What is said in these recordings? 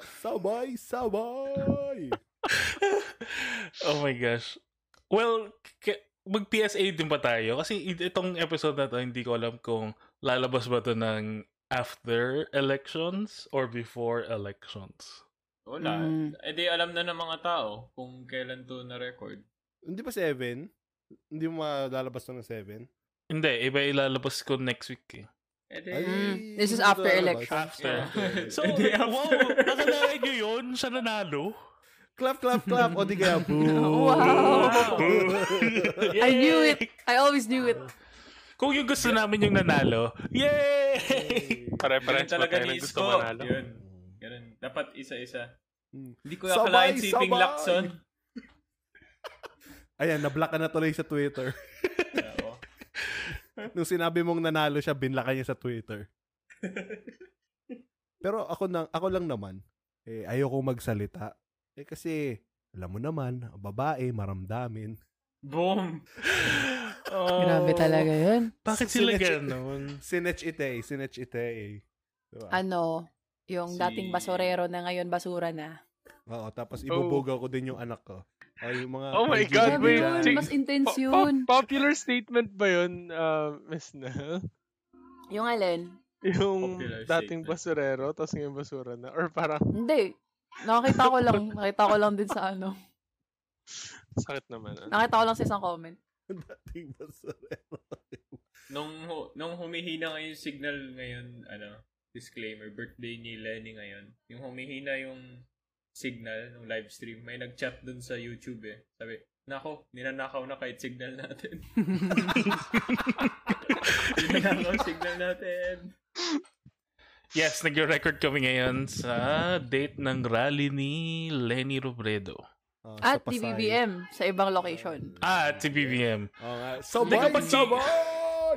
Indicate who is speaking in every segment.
Speaker 1: Sabay, sabay!
Speaker 2: oh my gosh. Well, k- mag-PSA din pa tayo kasi it- itong episode na to hindi ko alam kung lalabas ba to ng after elections or before elections.
Speaker 3: Wala.
Speaker 4: Mm.
Speaker 3: Eh di alam na ng mga tao kung kailan to na-record.
Speaker 1: Hindi ba seven? Hindi mo malalabas to ng seven?
Speaker 2: Hindi, iba ilalabas ko next week eh.
Speaker 3: Eh di,
Speaker 1: Ay,
Speaker 4: Mm. This is
Speaker 1: hindi
Speaker 4: after
Speaker 1: lalabas.
Speaker 4: election.
Speaker 2: After. So,
Speaker 3: Eh di after.
Speaker 2: wow, nakalain nyo yun sa nanalo?
Speaker 1: Clap, clap, clap. O di kaya, boo.
Speaker 4: Wow.
Speaker 2: Boo.
Speaker 4: I knew it. I always knew it.
Speaker 2: Kung yung gusto namin yung nanalo, yay!
Speaker 3: Ganun
Speaker 5: Pare-pares ba
Speaker 3: talaga
Speaker 5: tayo
Speaker 3: ni
Speaker 5: ng gusto
Speaker 3: Isko.
Speaker 5: manalo?
Speaker 3: Yun. Ganun. Dapat isa-isa.
Speaker 1: Mm.
Speaker 3: Hindi ko
Speaker 1: Sabay,
Speaker 3: akalain si Ping
Speaker 1: sabay!
Speaker 3: Lacson.
Speaker 1: Ayan, nablock ka na tuloy sa Twitter.
Speaker 3: Oo.
Speaker 1: Nung sinabi mong nanalo siya, binlaka niya sa Twitter. Pero ako, nang, ako lang naman, eh, ayoko magsalita. Eh, kasi, alam mo naman, babae, maramdamin.
Speaker 3: Boom.
Speaker 2: Oh,
Speaker 4: Grabe talaga yun.
Speaker 2: Bakit sila
Speaker 1: Sinetch-
Speaker 2: ganun?
Speaker 1: Sinech ite, sinech ite. Diba?
Speaker 4: Ano, yung
Speaker 3: Si-
Speaker 4: dating basurero na ngayon basura na.
Speaker 1: Oo, tapos ibubugaw ko din yung anak ko. O, yung mga
Speaker 5: Oh my
Speaker 1: Nigerian
Speaker 5: God,
Speaker 4: Grabe
Speaker 5: wait,
Speaker 4: yun,
Speaker 5: Jake.
Speaker 4: mas intense
Speaker 5: Po- po-
Speaker 4: yun.
Speaker 5: popular statement ba yun, uh, Miss Nell?
Speaker 4: Yung alin?
Speaker 5: Yung
Speaker 3: Popular
Speaker 5: dating
Speaker 3: statement.
Speaker 5: basurero, tapos ngayon basura na. Or parang,
Speaker 4: Hindi. Nakakita ko lang, nakita ko lang din sa ano.
Speaker 5: sakit naman. Ah.
Speaker 4: Nakita ko lang sa isang comment.
Speaker 1: dating basurero.
Speaker 3: Nung, hu- nung humihina nga yung signal ngayon, ano, disclaimer, birthday ni Lenny ngayon. Yung humihina yung signal nung live stream, may nag-chat dun sa YouTube eh. Sabi, nako, ninanakaw na kahit signal natin. ninanakaw ang signal natin.
Speaker 2: Yes, nagre-record kami ngayon sa date ng rally ni Lenny Robredo.
Speaker 1: Oo, sa
Speaker 4: At
Speaker 1: Pasay.
Speaker 4: TBBM sa ibang location.
Speaker 2: Ah, at si BBM.
Speaker 1: Oo nga.
Speaker 2: Teka,
Speaker 1: Sabay,
Speaker 2: pag-
Speaker 1: sabay!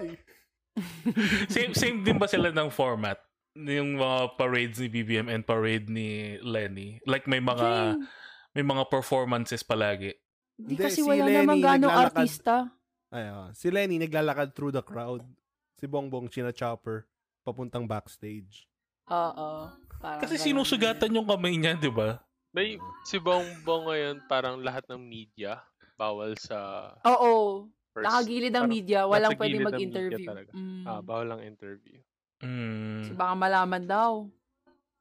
Speaker 2: Same, same din ba sila ng format? Yung mga parades ni BBM and parade ni Lenny. Like may mga may mga performances palagi.
Speaker 4: Hindi
Speaker 1: Hindi,
Speaker 4: kasi
Speaker 1: si
Speaker 4: wala
Speaker 1: Lenny
Speaker 4: namang ganong
Speaker 1: naglalakad.
Speaker 4: artista.
Speaker 1: Ay, oo. si Lenny naglalakad through the crowd. Si Bongbong China Chopper papuntang backstage.
Speaker 4: Oo. parang
Speaker 2: Kasi
Speaker 4: ganun.
Speaker 2: sinusugatan yung kamay niya, di ba?
Speaker 5: May, si Bongbong ngayon, parang lahat ng media, bawal sa
Speaker 4: Oo.
Speaker 5: first.
Speaker 4: Nakagilid ang
Speaker 5: Parang-
Speaker 4: media. Walang
Speaker 5: nasa
Speaker 4: pwede
Speaker 5: gilid ang
Speaker 4: mag-interview.
Speaker 5: media talaga.
Speaker 4: Mm.
Speaker 5: Ah, bawal ang interview.
Speaker 4: So,
Speaker 2: Mm.
Speaker 4: baka malaman daw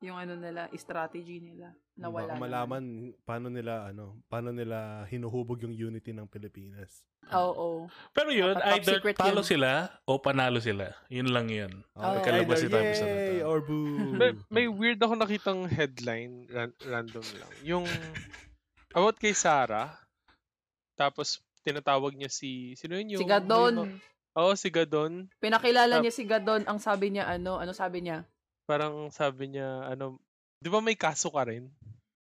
Speaker 4: yung ano nila, strategy nila. Na wala.
Speaker 1: Baka
Speaker 4: naman.
Speaker 1: malaman paano nila ano, paano nila hinuhubog yung unity ng Pilipinas.
Speaker 4: Oo.
Speaker 2: Pero yun,
Speaker 4: Dapat top
Speaker 2: either
Speaker 4: secret
Speaker 2: talo
Speaker 4: yun.
Speaker 2: sila o panalo sila. Yun lang yun.
Speaker 4: Oo.
Speaker 2: Kalabas si
Speaker 1: Either
Speaker 2: Tapos na
Speaker 1: yay
Speaker 2: ito.
Speaker 1: or boo.
Speaker 5: May, may
Speaker 3: Hmm.
Speaker 5: weird ako nakitang headline, ran- random lang. Yung about kay Sarah, tapos tinatawag niya si, sino yun yung?
Speaker 4: Si Gadon.
Speaker 5: Oo, si Gadon.
Speaker 4: Pinakilala
Speaker 5: Tap-
Speaker 4: niya si Gadon. Ang sabi niya, ano? Ano sabi niya?
Speaker 5: parang sabi niya, ano, di ba may kaso ka rin?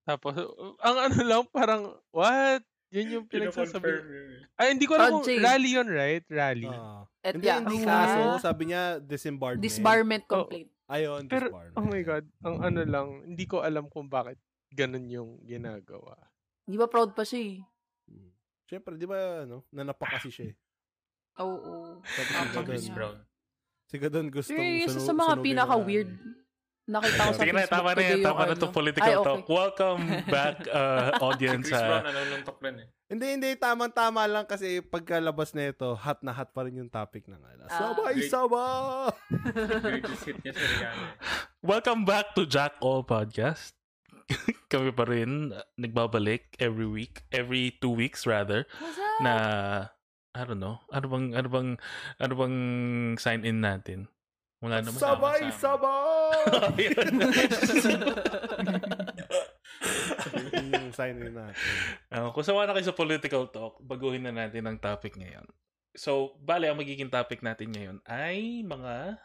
Speaker 5: Tapos, uh, ang ano lang, parang, what? Yun yung pinagsasabi.
Speaker 3: eh.
Speaker 5: Ay, hindi ko alam kung
Speaker 4: Touching.
Speaker 5: rally yun, right? Rally.
Speaker 1: Ah.
Speaker 4: Et
Speaker 1: Hindi,
Speaker 4: yeah.
Speaker 1: hindi
Speaker 4: Sa
Speaker 1: kaso. Sabi niya, disembarment.
Speaker 4: Disbarment complaint.
Speaker 1: Ayun,
Speaker 5: Pero,
Speaker 1: disbarment.
Speaker 5: oh my God, ang ano lang, hindi ko alam kung bakit ganun yung ginagawa.
Speaker 4: Di ba proud pa siya eh?
Speaker 1: Mm. Siyempre, di ba, ano, nanapak kasi siya eh.
Speaker 4: Oo.
Speaker 1: Tapos
Speaker 4: Ah,
Speaker 1: si
Speaker 4: Ganun.
Speaker 3: Chris
Speaker 1: Gadon,
Speaker 3: Brown.
Speaker 1: si Gadon gustong
Speaker 4: Pero yung isa sa
Speaker 1: sunu-
Speaker 4: mga
Speaker 1: sunugin
Speaker 4: pinaka-weird
Speaker 1: na-
Speaker 4: nakita ko sa
Speaker 2: Sige na,
Speaker 4: Facebook
Speaker 2: tama na
Speaker 4: today
Speaker 2: yan.
Speaker 4: yung
Speaker 2: Tama na
Speaker 4: ano.
Speaker 2: itong political
Speaker 4: Ay, okay.
Speaker 2: talk. Welcome back, uh,
Speaker 3: Si
Speaker 2: audience.
Speaker 3: Chris Brown,
Speaker 2: sa
Speaker 3: ano lang rin eh.
Speaker 1: Hindi, hindi. Tamang-tama lang kasi pagkalabas na ito, hot na hot pa rin yung topic ng ala.
Speaker 4: Ah.
Speaker 1: Sabay,
Speaker 3: Great.
Speaker 1: sabay!
Speaker 3: Greatest hit niya sa Rihanna. eh.
Speaker 2: Welcome back to Jack O Podcast. Kami pa rin, uh, nagbabalik every week, every two weeks rather,
Speaker 4: What's up?
Speaker 2: na, I don't know, ano bang, ano bang, ano bang sign-in natin? Wala naman.
Speaker 1: Sabay,
Speaker 3: sama-sama.
Speaker 1: sabay!
Speaker 2: Ayun.
Speaker 1: Yun yung sign in natin.
Speaker 2: Ah, kung sawa na kayo sa political talk, baguhin na natin ang topic ngayon. So, bale, ang magiging topic natin ngayon ay mga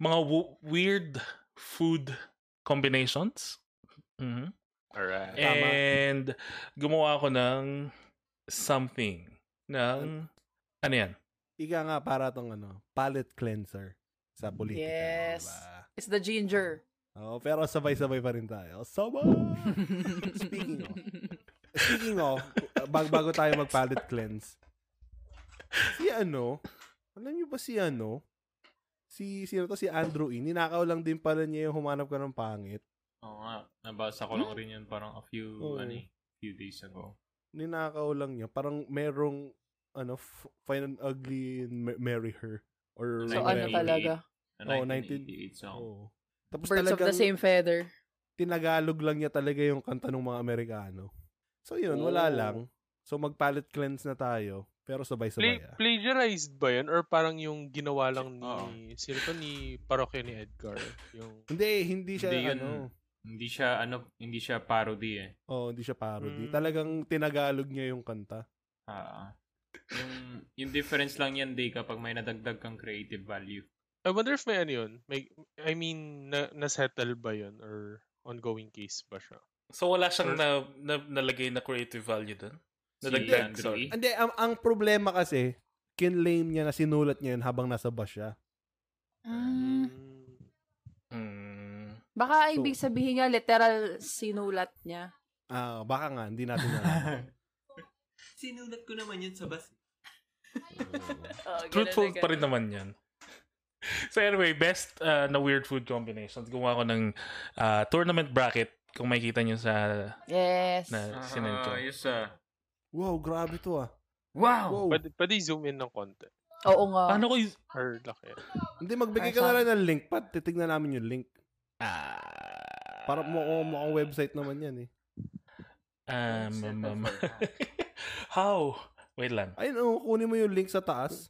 Speaker 2: mga wo- weird food combinations. Mhm.
Speaker 5: Alright.
Speaker 1: Tama.
Speaker 2: And gumawa ako ng something ng ano yan?
Speaker 1: Ika nga para tong ano, palate cleanser sa politika.
Speaker 4: Yes.
Speaker 1: diba?
Speaker 4: It's the ginger.
Speaker 1: Oo, pero sabay-sabay pa rin tayo. Sabay! Speaking of. Speaking of, bag bago tayo mag-palate cleanse, si ano, alam niyo ba si ano, si, sino to, si Andrew E, ninakaw lang din pala niya yung humanap ka ng pangit.
Speaker 3: Oo nga, nabasa ko lang rin yun parang a few,
Speaker 1: Oo.
Speaker 3: ano eh, few days ago.
Speaker 1: ninakaw lang niya. Parang merong, ano, f- find an ugly and ma- marry her. Or
Speaker 4: So ano
Speaker 1: whatever.
Speaker 4: talaga?
Speaker 1: Oo,
Speaker 3: Na 1988 song.
Speaker 1: Oo. Tapos
Speaker 4: Birds of the
Speaker 1: talagang
Speaker 4: same feather.
Speaker 1: tinagalog lang niya talaga yung kanta ng mga Amerikano. So yun,
Speaker 4: Oh.
Speaker 1: wala
Speaker 5: Oo.
Speaker 1: lang. So mag-palate cleanse na tayo. Pero sabay-sabay
Speaker 5: Pla-
Speaker 1: ah.
Speaker 5: plagiarized ba yun? Or parang yung ginawa lang ni,
Speaker 3: Oo.
Speaker 5: sino to ni parokya ni Edgar? Yung,
Speaker 1: Hindi, hindi siya
Speaker 3: Hindi yun.
Speaker 1: ano.
Speaker 3: Hindi siya, ano, hindi siya parody eh.
Speaker 1: Oh, hindi siya parody.
Speaker 5: Mm.
Speaker 1: Talagang tinagalog niya yung kanta.
Speaker 3: Ah, ah. yung, yung difference lang yan, Day, kapag may nadagdag kang creative value.
Speaker 5: I wonder if may ano yun? May, I mean, na, na-settle ba yun? Or ongoing case ba siya?
Speaker 2: So wala siyang
Speaker 5: Sure.
Speaker 2: na, na, nalagay na creative value dun?
Speaker 3: Si
Speaker 2: Nadagdag,
Speaker 3: Andre.
Speaker 2: sorry.
Speaker 1: Hindi, ang, ang problema kasi, kinlame niya na sinulat niya yun habang nasa bus siya.
Speaker 4: Mm.
Speaker 2: Ah.
Speaker 5: Mm.
Speaker 2: Hmm.
Speaker 4: Baka ibig sabihin niya, literal sinulat niya.
Speaker 1: Ah, baka nga, hindi natin alam.
Speaker 3: Sinulat ko naman yun sa bus.
Speaker 4: Oh,
Speaker 2: Truthful pa rin naman yan. so anyway, best uh, na weird food combinations. Gumawa ko ng uh, tournament bracket kung makikita nyo sa
Speaker 4: Yes.
Speaker 2: na sinend ko.
Speaker 3: Ah, yes ah.
Speaker 1: wow, grabe to ah.
Speaker 3: Wow!
Speaker 1: Wow.
Speaker 5: Oh, Pwede, pwede zoom in ng konti.
Speaker 4: Oo
Speaker 6: Oh.
Speaker 4: nga.
Speaker 2: Paano ko is-
Speaker 5: Or laki.
Speaker 1: Hindi, magbigay
Speaker 4: Ay,
Speaker 1: ka na
Speaker 4: sa-
Speaker 1: lang ng link. Pat, titignan namin yung link.
Speaker 2: Ah.
Speaker 1: Para mukhang, mukhang website naman yan eh.
Speaker 2: um, um, um, How? Wait lang.
Speaker 1: Ayun, oh, kunin mo yung link sa taas.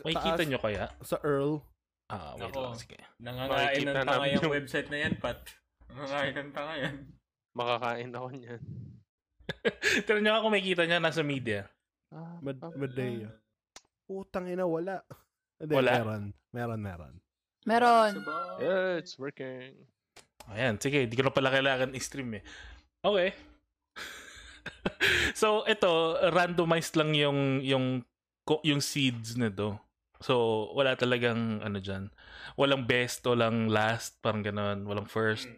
Speaker 1: K-
Speaker 2: Makikita
Speaker 1: taas
Speaker 2: nyo kaya?
Speaker 1: Sa Earl.
Speaker 2: Ah, wait
Speaker 3: Ako.
Speaker 2: lang. Sige.
Speaker 3: Nangangain ng
Speaker 5: Makikita
Speaker 3: tanga
Speaker 5: namin
Speaker 3: yung
Speaker 5: yung-
Speaker 3: website na yan, Pat. Nangangain ng tanga yan.
Speaker 5: Makakain ako niyan.
Speaker 2: Tira nyo ako makikita niya nasa media.
Speaker 5: Ah,
Speaker 1: Mad-
Speaker 5: ah,
Speaker 1: Madea. Putang ina, wala. Hindi,
Speaker 2: Wala?
Speaker 1: Meron. Meron, meron.
Speaker 4: Meron.
Speaker 5: ah. Yeah, it's working.
Speaker 2: Ayan, sige. Di ko na pala kailangan i-stream eh. Okay. so, ito, randomized lang yung, yung, ko- yung seeds na to. So, wala talagang, ano dyan, walang best, walang last, parang ganun, walang first.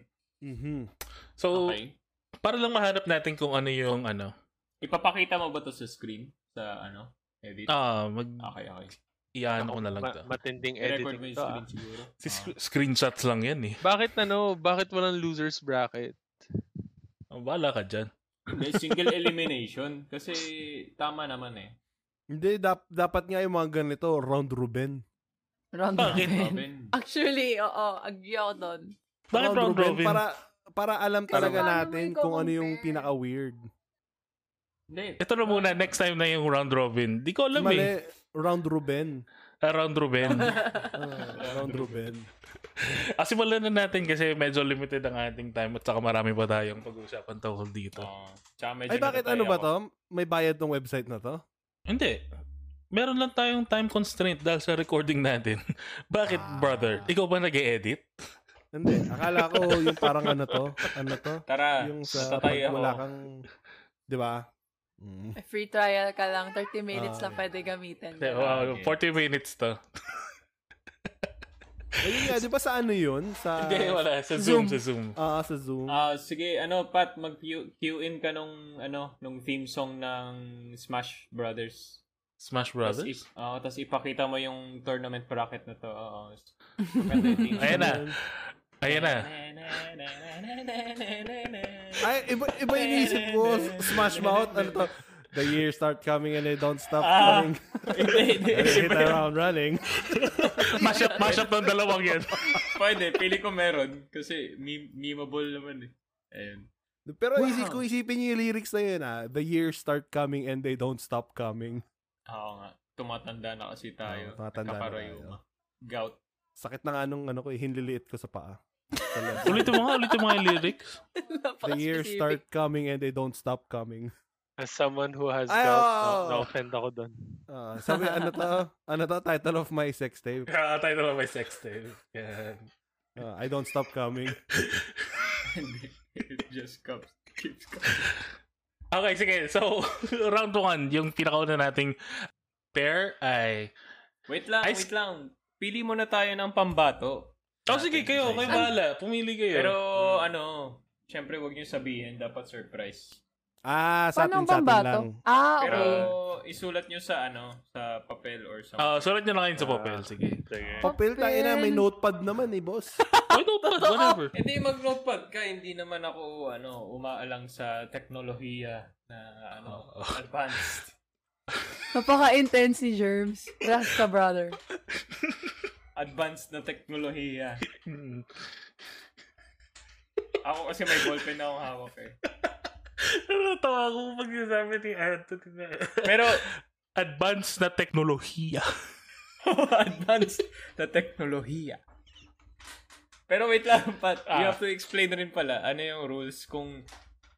Speaker 1: Mhm.
Speaker 2: So,
Speaker 3: Okay.
Speaker 2: para lang mahanap natin kung ano yung, ano,
Speaker 3: Ipapakita mo ba to sa screen? Sa ano? Edit?
Speaker 2: ah, mag,
Speaker 3: Okay, okay.
Speaker 2: iyan Ano ko na lang
Speaker 5: Ma-
Speaker 2: to.
Speaker 5: matinding
Speaker 3: I-record mo yung
Speaker 5: editing to. ah.
Speaker 3: screen siguro.
Speaker 2: Si sc- screenshots lang yan eh.
Speaker 5: Bakit ano? Bakit walang losers bracket?
Speaker 2: Oh, Bahala ka dyan.
Speaker 3: Ah, Hindi, single elimination. Kasi tama naman eh.
Speaker 1: Hindi, dap- dapat nga yung mga ganito, round robin.
Speaker 4: Round
Speaker 2: Bakit?
Speaker 4: robin.
Speaker 3: Robin.
Speaker 4: Actually, oo. Agree ako doon.
Speaker 2: Bakit round robin?
Speaker 1: Para, para alam
Speaker 4: Kasi
Speaker 1: talaga
Speaker 4: paano mo
Speaker 1: natin kung ano yung
Speaker 4: i-compare?
Speaker 1: pinaka-weird.
Speaker 3: Hindi.
Speaker 2: Ito na muna, next time na yung round robin. Di ko alam eh.
Speaker 1: Mali, round robin.
Speaker 2: Ah, round robin.
Speaker 1: Ah, round robin.
Speaker 2: Ah, simulan na natin kasi medyo limited ang ating time at saka marami pa tayong pag-uusapan tungkol dito.
Speaker 3: Oo. Ah, Tsaka medyo
Speaker 1: Ay, bakit
Speaker 3: natatay
Speaker 1: ano ba
Speaker 3: ako.
Speaker 1: to? May bayad tong website na to?
Speaker 2: Hindi. Meron lang tayong time constraint dahil sa recording natin. Bakit,
Speaker 1: Ah.
Speaker 2: brother? Ikaw ba nag edit
Speaker 1: Hindi, akala ko yung parang ano to, ano to,
Speaker 2: Ah,
Speaker 3: Tara,
Speaker 1: yung sa pag
Speaker 3: natatay ako.
Speaker 1: wala kang, di ba? Mm.
Speaker 4: Free trial ka lang. 30 minutes
Speaker 1: Ah,
Speaker 4: lang pwede gamitin.
Speaker 2: Wow, 40
Speaker 3: okay.
Speaker 2: oh, minutes to.
Speaker 1: Ayun nga, di ba sa ano yun? Sa,
Speaker 2: Hindi, wala. Sa Ah, Zoom,
Speaker 1: Zoom.
Speaker 2: sa Zoom.
Speaker 1: Ah, sa Zoom.
Speaker 3: Ah, sige, ano Pat, mag-cue in ka nung ano, nung theme song ng Smash Brothers.
Speaker 2: Smash
Speaker 3: Tapos
Speaker 2: Brothers.
Speaker 3: ip- oo, tapos ipakita mo yung tournament bracket na to. Oo. Maganda yung theme
Speaker 2: Ayan na.
Speaker 3: song.
Speaker 2: Ayan na.
Speaker 1: Ay, iba, iba iniisip ko, Smash Mouth, ano to? The years start coming and they don't stop
Speaker 3: Ah,
Speaker 1: coming.
Speaker 3: Hindi, hindi.
Speaker 1: They hit the ground running.
Speaker 2: Mashup, mashup ng dalawang yan.
Speaker 3: Pwede, pili ko meron. Kasi meme- memeable naman eh. Ayun.
Speaker 1: Pero isip ko, isipin niyo yung lyrics na yun ah. The years start coming and they don't stop coming.
Speaker 3: Oo nga. Tumatanda na kasi tayo.
Speaker 1: Oo, tumatanda na
Speaker 3: Nagkakarayuma. Gout.
Speaker 1: Sakit na nga nung ano ko, eh, hinliliit ko sa paa. Sa left.
Speaker 2: ulitin mo nga, ulitin mo nga yung lyrics.
Speaker 1: The years start coming and they don't stop coming.
Speaker 5: As someone who has
Speaker 1: Ay,
Speaker 5: doubt,
Speaker 1: oo.
Speaker 5: na- na-offend ako doon.
Speaker 1: Ah, sabi, ano to? Ano to? Title of my sex tape.
Speaker 2: Ah, tayo na lang may sex tape. Yan.
Speaker 1: Ah, I don't stop coming.
Speaker 3: It just comes. Keeps coming.
Speaker 2: Okay, sige. So, round 1, yung pinakauna nating pair ay...
Speaker 3: Wait lang,
Speaker 2: Ice-
Speaker 3: wait lang. Pili muna tayo ng pambato.
Speaker 2: Oh, sige, kayo. Kayo bahala. Pumili kayo.
Speaker 3: Hmm. Pero ano, syempre wag niyo sabihin, dapat surprise.
Speaker 1: Ah, sa
Speaker 6: Paano
Speaker 1: atin, sa
Speaker 6: bang
Speaker 1: atin
Speaker 6: bato?
Speaker 1: lang.
Speaker 6: Ah,
Speaker 3: Pero
Speaker 6: okay.
Speaker 3: isulat nyo sa ano, sa papel or something.
Speaker 2: Ah, sulat nyo na kayo sa papel. Sige.
Speaker 5: Sige.
Speaker 1: Papel tayo na, Oh, may
Speaker 6: Papel.
Speaker 1: notepad naman eh, boss.
Speaker 2: Or notepad, whatever.
Speaker 3: Hindi mag-notepad ka, hindi naman ako ano, umaalang sa teknolohiya na ano, advanced.
Speaker 6: Napaka-intense ni Germs. Relax ka, brother.
Speaker 3: Advanced na teknolohiya.
Speaker 2: Mm.
Speaker 3: Ako kasi may ballpen na akong hawak eh.
Speaker 2: Natawa ako pag sinasabi ni Anthony na
Speaker 3: Pero
Speaker 2: advanced na teknolohiya.
Speaker 3: advanced na teknolohiya. Pero wait lang, Pat.
Speaker 2: Ah.
Speaker 3: You have to explain rin pala ano yung rules kung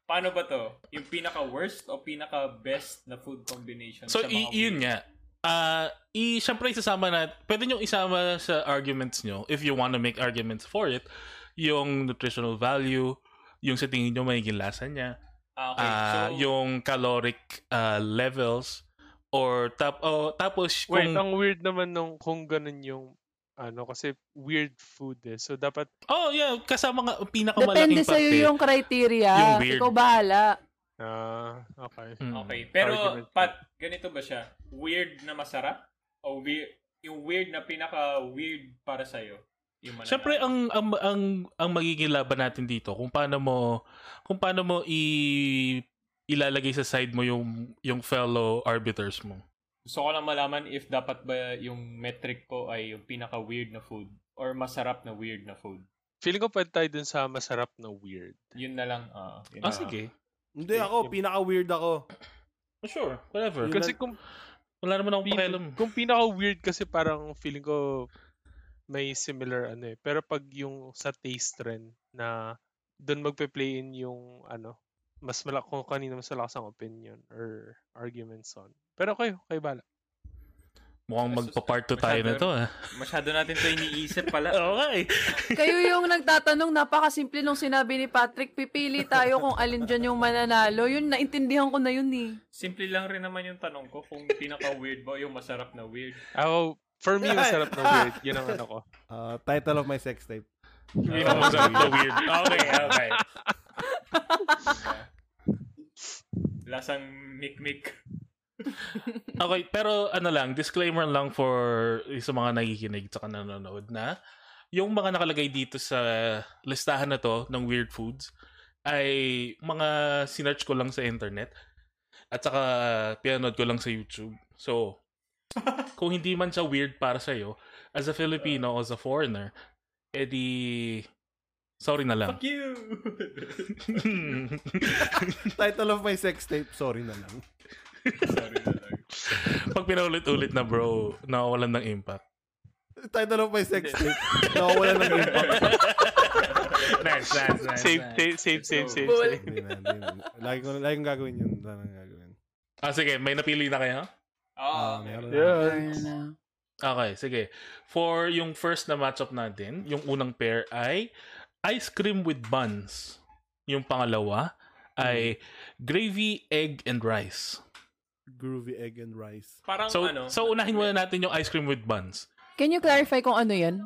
Speaker 3: paano ba to? Yung pinaka-worst o pinaka-best na food combination?
Speaker 2: So,
Speaker 3: sa mga
Speaker 2: i- yun
Speaker 3: meal?
Speaker 2: nga. Ah, i syempre isasama na, pwede nyo isama sa arguments nyo, if you want to make arguments for it, yung nutritional value, yung sa tingin nyo magiging lasa niya,
Speaker 3: Ah, okay. so,
Speaker 2: ah, yung caloric ah, levels, or tap oh, tapos
Speaker 5: Wait,
Speaker 2: kung...
Speaker 5: ang weird naman nung kung ganun yung ano kasi weird food eh. So dapat
Speaker 2: oh, yeah, kasama nga,
Speaker 6: Depende
Speaker 2: pinakamalaking parte.
Speaker 6: sa'yo yung
Speaker 2: Yung
Speaker 6: criteria.
Speaker 2: weird.
Speaker 6: Ikaw bahala.
Speaker 5: ah okay.
Speaker 2: Mm.
Speaker 3: Okay. Pero,
Speaker 5: Argument.
Speaker 3: Pat, ganito ba siya? Weird na masarap? O weird, yung weird na pinaka-weird para sa'yo? Yung mananalo?
Speaker 2: Siyempre ang ang ang ang magiging laban natin dito kung paano mo kung paano mo i ilalagay sa side mo yung yung fellow arbiters mo.
Speaker 3: Gusto ko lang malaman if dapat ba yung metric ko ay yung pinaka-weird na food or masarap na weird na food.
Speaker 5: Feeling ko pwede tayo dun sa masarap na weird.
Speaker 3: Yun na lang. ah, yun
Speaker 2: Ah
Speaker 3: na lang.
Speaker 2: sige.
Speaker 1: Hindi ako, pinaka-weird ako.
Speaker 2: Sure, whatever.
Speaker 1: Yun
Speaker 5: Ah, Kasi
Speaker 1: lang-
Speaker 5: kung
Speaker 2: Wala naman akong
Speaker 5: pin-
Speaker 2: pakialam.
Speaker 5: kung pinaka weird kasi parang feeling ko may similar ano eh. Pero pag yung sa taste trend na dun magpe-play in yung ano mas malak kung kanino mas malakas ang opinion or arguments on. Pero kayo, kayo bala.
Speaker 2: Mukhang magpa-part 2 tayo na to. ah.
Speaker 3: Masyado natin ito iniisip pala.
Speaker 2: Okay.
Speaker 6: Kayo yung nagtatanong, napakasimple nung sinabi ni Patrick, pipili tayo kung alin dyan yung mananalo. Yun, naintindihan ko na yun eh.
Speaker 3: Simple lang rin naman yung tanong ko kung pinaka-weird ba o yung masarap na weird.
Speaker 5: Ako, for me, masarap na weird. Yun ang ano ko.
Speaker 1: Ah, title of my sex tape.
Speaker 2: Pinakamasarap na weird. Okay, okay.
Speaker 3: Lasang mikmik.
Speaker 2: Okay, pero ano lang, disclaimer lang for sa mga nakikinig at nanonood na yung mga nakalagay dito sa listahan na to ng weird foods ay mga sinerch ko lang sa internet at saka uh, pinanood ko lang sa YouTube. So, kung hindi man siya weird para sa'yo, as a Filipino o as a foreigner, edi sorry na lang.
Speaker 3: Fuck you!
Speaker 1: Title of my sex tape, sorry na lang.
Speaker 3: Sorry na lang.
Speaker 2: Pag pinaulit-ulit na bro, nawalan ng impact.
Speaker 1: Title of my sex tape, nakawala ng impact.
Speaker 2: nice, nice, nice.
Speaker 5: Save,
Speaker 2: nice.
Speaker 5: save, save, save,
Speaker 3: So,
Speaker 5: save.
Speaker 4: Bull.
Speaker 1: Hindi na, hindi na. Lagi ko, lagi kong gagawin yun. Lagi kong gagawin.
Speaker 2: Ah, sige, may napili na kayo?
Speaker 1: Ah,
Speaker 3: Ah,
Speaker 1: meron na.
Speaker 5: Yeah.
Speaker 4: Ayun na.
Speaker 2: Okay, sige. For yung first na matchup natin, yung unang pair ay ice cream with buns. Yung pangalawa ay
Speaker 3: Hmm.
Speaker 2: gravy, egg, and rice.
Speaker 1: Groovy egg and rice.
Speaker 3: Parang
Speaker 2: So,
Speaker 3: ano?
Speaker 2: so unahin muna natin yung ice cream with buns.
Speaker 6: Can you clarify kung ano yan?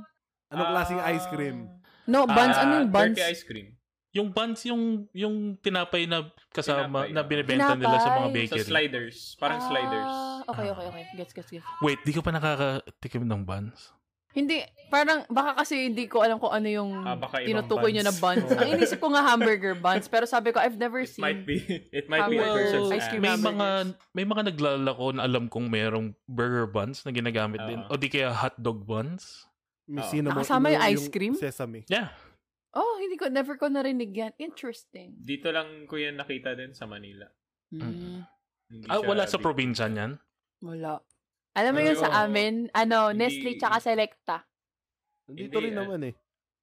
Speaker 1: Anong
Speaker 3: Ah,
Speaker 1: klaseng ice cream?
Speaker 6: No, buns. ano yung buns?
Speaker 3: Dirty Ah, ice cream.
Speaker 2: Yung buns, yung yung tinapay na kasama
Speaker 3: Tinapay,
Speaker 2: na
Speaker 3: ah.
Speaker 2: binibenta nila sa mga
Speaker 6: Tinapay.
Speaker 2: bakery.
Speaker 3: Sa sliders. Parang
Speaker 6: Ah,
Speaker 3: sliders. Ah.
Speaker 6: Okay, okay, okay. Gets, gets, gets.
Speaker 2: Wait, di ko pa nakakatikim ng buns.
Speaker 6: Hindi, parang, baka kasi hindi ko alam kung ano yung
Speaker 3: Ah, baka ibang
Speaker 6: tinutukoy nyo na
Speaker 3: buns.
Speaker 6: buns. Ang inisip ko nga hamburger buns, pero sabi ko, I've never
Speaker 3: It might
Speaker 6: seen.
Speaker 3: be. It might be a
Speaker 6: Well,
Speaker 3: person's
Speaker 6: Ah, ice cream
Speaker 2: may
Speaker 6: hamburgers.
Speaker 2: mga may mga naglalako na alam kong merong burger buns na ginagamit din
Speaker 3: Oo.
Speaker 2: o di kaya hotdog buns.
Speaker 1: May
Speaker 3: Oo.
Speaker 1: cinnamon.
Speaker 6: Nakasama Ah, yung ice cream?
Speaker 1: Sesame.
Speaker 2: Yeah.
Speaker 6: Oh, hindi ko, never ko narinig yan. Interesting.
Speaker 3: Dito lang ko yan nakita din sa Manila.
Speaker 1: Mm.
Speaker 6: Hmm,
Speaker 3: Mm. Hindi
Speaker 2: Ah,
Speaker 3: siya
Speaker 2: wala sa
Speaker 3: big.
Speaker 2: probinsya niyan.
Speaker 6: wala. Alam mo yun
Speaker 3: Ayun.
Speaker 6: sa amin, ano, Nestle
Speaker 3: Hindi-
Speaker 6: tsaka Selecta.
Speaker 1: Dito
Speaker 3: Hindi,
Speaker 1: rin
Speaker 3: ah.
Speaker 1: naman eh.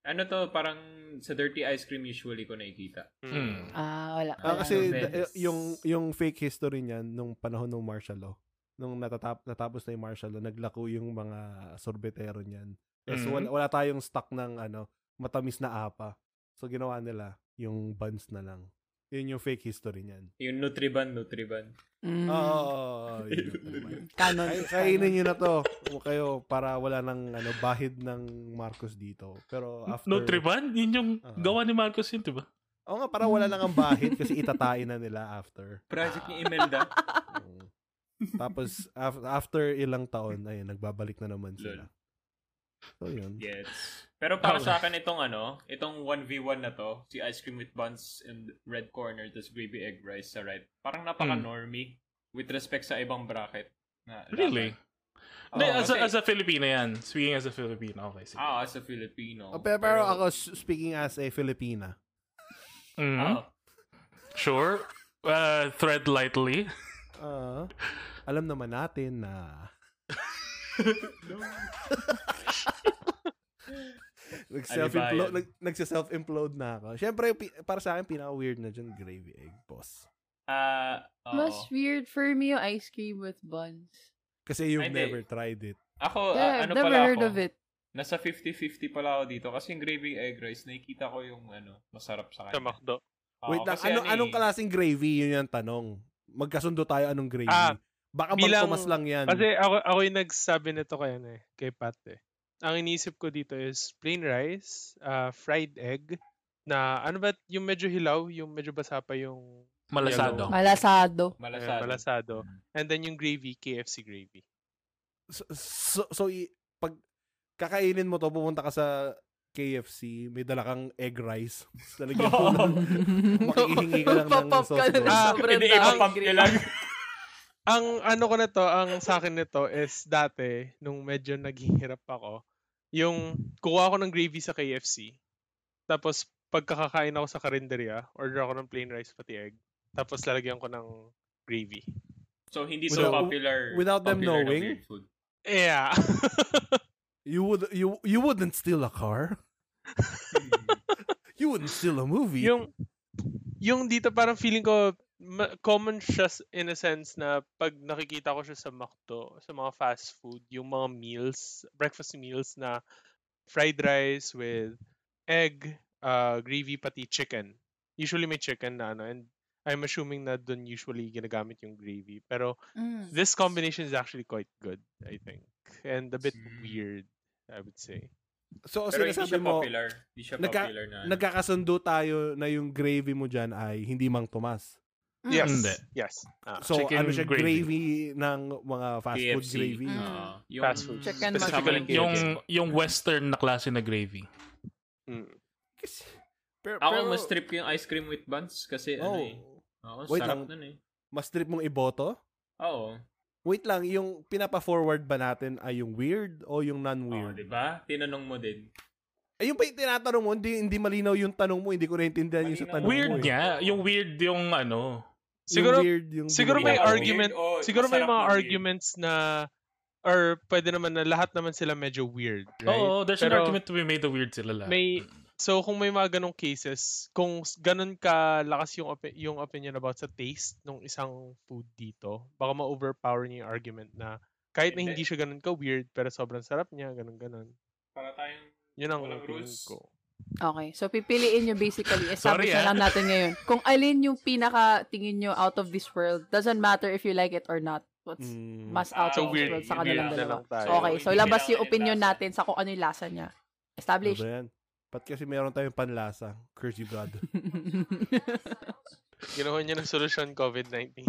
Speaker 3: Ano to, parang sa dirty ice cream usually ko nakikita.
Speaker 5: Hmm.
Speaker 2: Mm.
Speaker 6: Ah, wala.
Speaker 1: Ah,
Speaker 6: wala
Speaker 1: kasi
Speaker 3: Ano,
Speaker 6: naman.
Speaker 1: da-
Speaker 3: Venice.
Speaker 1: yung yung fake history niyan nung panahon ng martial law, nung natatap, natapos na yung martial law, naglako yung mga sorbetero niyan. Tapos
Speaker 3: Mm-hmm.
Speaker 2: Mhm.
Speaker 1: wala, wala tayong stock ng ano, matamis na apa. So ginawa nila yung buns na lang. Yun yung fake history niyan.
Speaker 3: Yung Nutriban, Nutriban.
Speaker 4: Mm.
Speaker 1: Oo. Oh, yun ang buwan.
Speaker 4: Mm.
Speaker 6: Canon.
Speaker 1: Kay-
Speaker 6: canon.
Speaker 1: kainin niyo na to o kayo para wala nang ano bahid ng Marcos dito. Pero after
Speaker 2: No, Triban? Yun yung
Speaker 1: Ah.
Speaker 2: gawa ni Marcos yun, diba?
Speaker 1: Oo nga, para wala lang ang bahit kasi itatain na nila after.
Speaker 3: Project ni Imelda.
Speaker 1: Oo. Tapos, af- after ilang taon, ayun, nagbabalik na naman sila. So, yun.
Speaker 3: Yes. Pero para
Speaker 2: Oh.
Speaker 3: sa akin itong ano, itong 1v1 na to, si ice cream with buns and red corner tas gravy egg rice sa right. Parang napaka-normie with respect sa ibang bracket. Na,
Speaker 2: Hmm. Really?
Speaker 3: Oo,
Speaker 2: Hindi, as, a, as
Speaker 3: kasi-
Speaker 2: a Filipino yan. Speaking as a Filipino, okay. Sige.
Speaker 3: Ah, as a Filipino.
Speaker 1: Oh, pero, pero ako, s- speaking as a Filipina,
Speaker 2: Mhm.
Speaker 3: Ah,
Speaker 2: Sure. Uh, thread lightly.
Speaker 1: ah, alam naman natin na... Nag-self-implode, nag,
Speaker 3: Alibayan.
Speaker 1: nagsa-self-implode na ako. Siyempre, pi- para sa akin, pinaka-weird na dyan, gravy egg, boss.
Speaker 3: ah, oo.
Speaker 6: Mas weird for me yung ice cream with buns.
Speaker 1: Kasi you've
Speaker 3: Ay, hindi.
Speaker 1: never tried it.
Speaker 3: Ako, ah,
Speaker 6: Yeah, I've
Speaker 3: ano
Speaker 6: never
Speaker 3: pala
Speaker 6: heard
Speaker 3: ako,
Speaker 6: of it.
Speaker 3: nasa 50-50 pala ako dito. Kasi yung gravy egg rice, nakikita ko yung ano, masarap sa
Speaker 5: Sa
Speaker 3: kanya.
Speaker 5: McDo.
Speaker 3: Oo,
Speaker 1: Wait lang,
Speaker 3: kasi
Speaker 1: ano,
Speaker 3: ano eh,
Speaker 1: anong klaseng gravy? Yun yung tanong. Magkasundo tayo anong gravy.
Speaker 5: Ah,
Speaker 1: Baka
Speaker 5: bilang-
Speaker 1: magkumas lang yan.
Speaker 5: Kasi ako, ako yung nagsabi nito kay, ano eh, kay Pat eh. Ang iniisip ko dito is plain rice, ah, fried egg, na ano ba yung medyo hilaw, yung medyo basa pa yung
Speaker 2: Malasado.
Speaker 6: Malasado.
Speaker 5: ayun,
Speaker 3: Malasado.
Speaker 5: malasado. And then yung gravy, KFC gravy.
Speaker 1: so, so, so i- pag kakainin mo to, pupunta ka sa KFC, may dala kang egg rice. Lalagyan mo ng, makihingi ka lang ng
Speaker 6: Magpapop
Speaker 1: sauce.
Speaker 6: ka lang
Speaker 1: doon.
Speaker 5: Ah,
Speaker 6: sa sobrang
Speaker 3: Hindi,
Speaker 6: dami.
Speaker 3: ipapump niya lang.
Speaker 5: Ang ano ko na to, ang sa akin nito is dati, nung medyo naghihirap ako, yung kuha ako ng gravy sa KFC, tapos pagkakakain ako sa karinderya, order ako ng plain rice pati egg, tapos lalagyan ko ng gravy.
Speaker 3: So, hindi so
Speaker 1: Without-
Speaker 3: popular.
Speaker 1: without them
Speaker 3: popular na
Speaker 1: knowing?
Speaker 3: weird food.
Speaker 5: Yeah.
Speaker 1: You would you you wouldn't steal a car. you wouldn't steal a movie.
Speaker 5: yung yung dito parang feeling ko ma- common siya s- in a sense na pag nakikita ko siya sa McDo, sa mga fast food, yung mga meals, breakfast meals na fried rice with egg, uh, gravy, pati chicken. Usually may chicken na ano, and I'm assuming na dun usually ginagamit yung gravy. Pero
Speaker 4: Mm.
Speaker 5: this combination is actually quite good, I think. And a bit
Speaker 3: Mm.
Speaker 5: weird, I would say.
Speaker 1: so
Speaker 3: Pero hindi
Speaker 1: sinasabi
Speaker 3: siya
Speaker 1: mo
Speaker 3: popular. Hindi siya
Speaker 1: nagka-
Speaker 3: popular na. ano.
Speaker 1: nagkakasundo tayo na yung gravy mo diyan ay hindi mang tumas.
Speaker 6: Mm. Hmm.
Speaker 5: Yes.
Speaker 2: Hindi.
Speaker 5: Yes. Ah.
Speaker 1: So
Speaker 2: Chicken
Speaker 1: ano siya
Speaker 2: gravy.
Speaker 1: gravy. ng mga fast food
Speaker 3: KFC.
Speaker 1: gravy.
Speaker 4: Mm.
Speaker 3: Oo. yung
Speaker 5: Fast food.
Speaker 4: Chicken
Speaker 5: Specifically
Speaker 3: Specifically
Speaker 5: KFC.
Speaker 2: Yung, yung western na klase na gravy.
Speaker 5: Mm.
Speaker 1: Kasi- pero,
Speaker 3: Ako
Speaker 1: pero-
Speaker 3: mas trip ko yung ice cream with buns kasi ano
Speaker 1: Oh,
Speaker 3: eh. Oo,
Speaker 1: Wait
Speaker 3: sarap
Speaker 1: lang.
Speaker 3: nun eh.
Speaker 1: mas trip mong iboto?
Speaker 3: Oo.
Speaker 1: Wait lang, yung pinapa-forward ba natin ay yung weird o yung
Speaker 3: Oo,
Speaker 1: non-weird?
Speaker 3: Oh, di ba? diba? Tinanong mo din.
Speaker 1: Ayun pa yung tinatanong mo, hindi, hindi malinaw yung tanong mo, hindi ko naintindihan yung sa
Speaker 3: Malinaw.
Speaker 1: tanong
Speaker 2: Weird
Speaker 1: mo. eh.
Speaker 2: niya. Yung weird yung ano.
Speaker 1: Yung
Speaker 5: Siguro
Speaker 1: weird, yung
Speaker 5: siguro may
Speaker 1: binabawal.
Speaker 5: argument- Siguro may mga
Speaker 3: eh.
Speaker 5: arguments na or pwede naman na lahat naman sila medyo weird, right?
Speaker 2: Oo, there's an
Speaker 5: Pero-
Speaker 2: argument to be made the weird sila lahat.
Speaker 5: May
Speaker 6: Mm.
Speaker 5: so kung may mga ganong cases, kung s- ganun ka lakas yung opi- yung opinion about sa taste ng isang food dito, baka ma-overpower niya yung argument na kahit na
Speaker 3: Hindi.
Speaker 5: hindi siya ganun ka weird pero sobrang sarap niya, ganun ganun.
Speaker 3: Para tayong...
Speaker 5: Yun ang
Speaker 3: Walang
Speaker 5: opinion
Speaker 3: rules.
Speaker 5: ko.
Speaker 6: Okay, so pipiliin nyo basically,
Speaker 2: Sorry,
Speaker 6: establish
Speaker 2: ah.
Speaker 6: na lang natin ngayon. Kung alin yung pinaka tingin nyo out of this world, doesn't matter if you like it or not. What's
Speaker 1: Mm.
Speaker 6: mas out
Speaker 5: So
Speaker 3: Ah,
Speaker 6: of
Speaker 5: weird.
Speaker 6: this world sa
Speaker 5: Weird
Speaker 6: kanilang
Speaker 5: na
Speaker 6: dalawa?
Speaker 5: lang tayo.
Speaker 6: okay, so
Speaker 3: Hindi
Speaker 6: labas yung
Speaker 3: kailangan
Speaker 6: opinion
Speaker 3: lasa.
Speaker 6: natin sa kung ano yung lasa niya.
Speaker 1: Ano ba
Speaker 6: Established.
Speaker 1: yan? Ba't kasi meron tayong panlasa? Curse you, God.
Speaker 5: Ginawa niya ng solusyon COVID-19.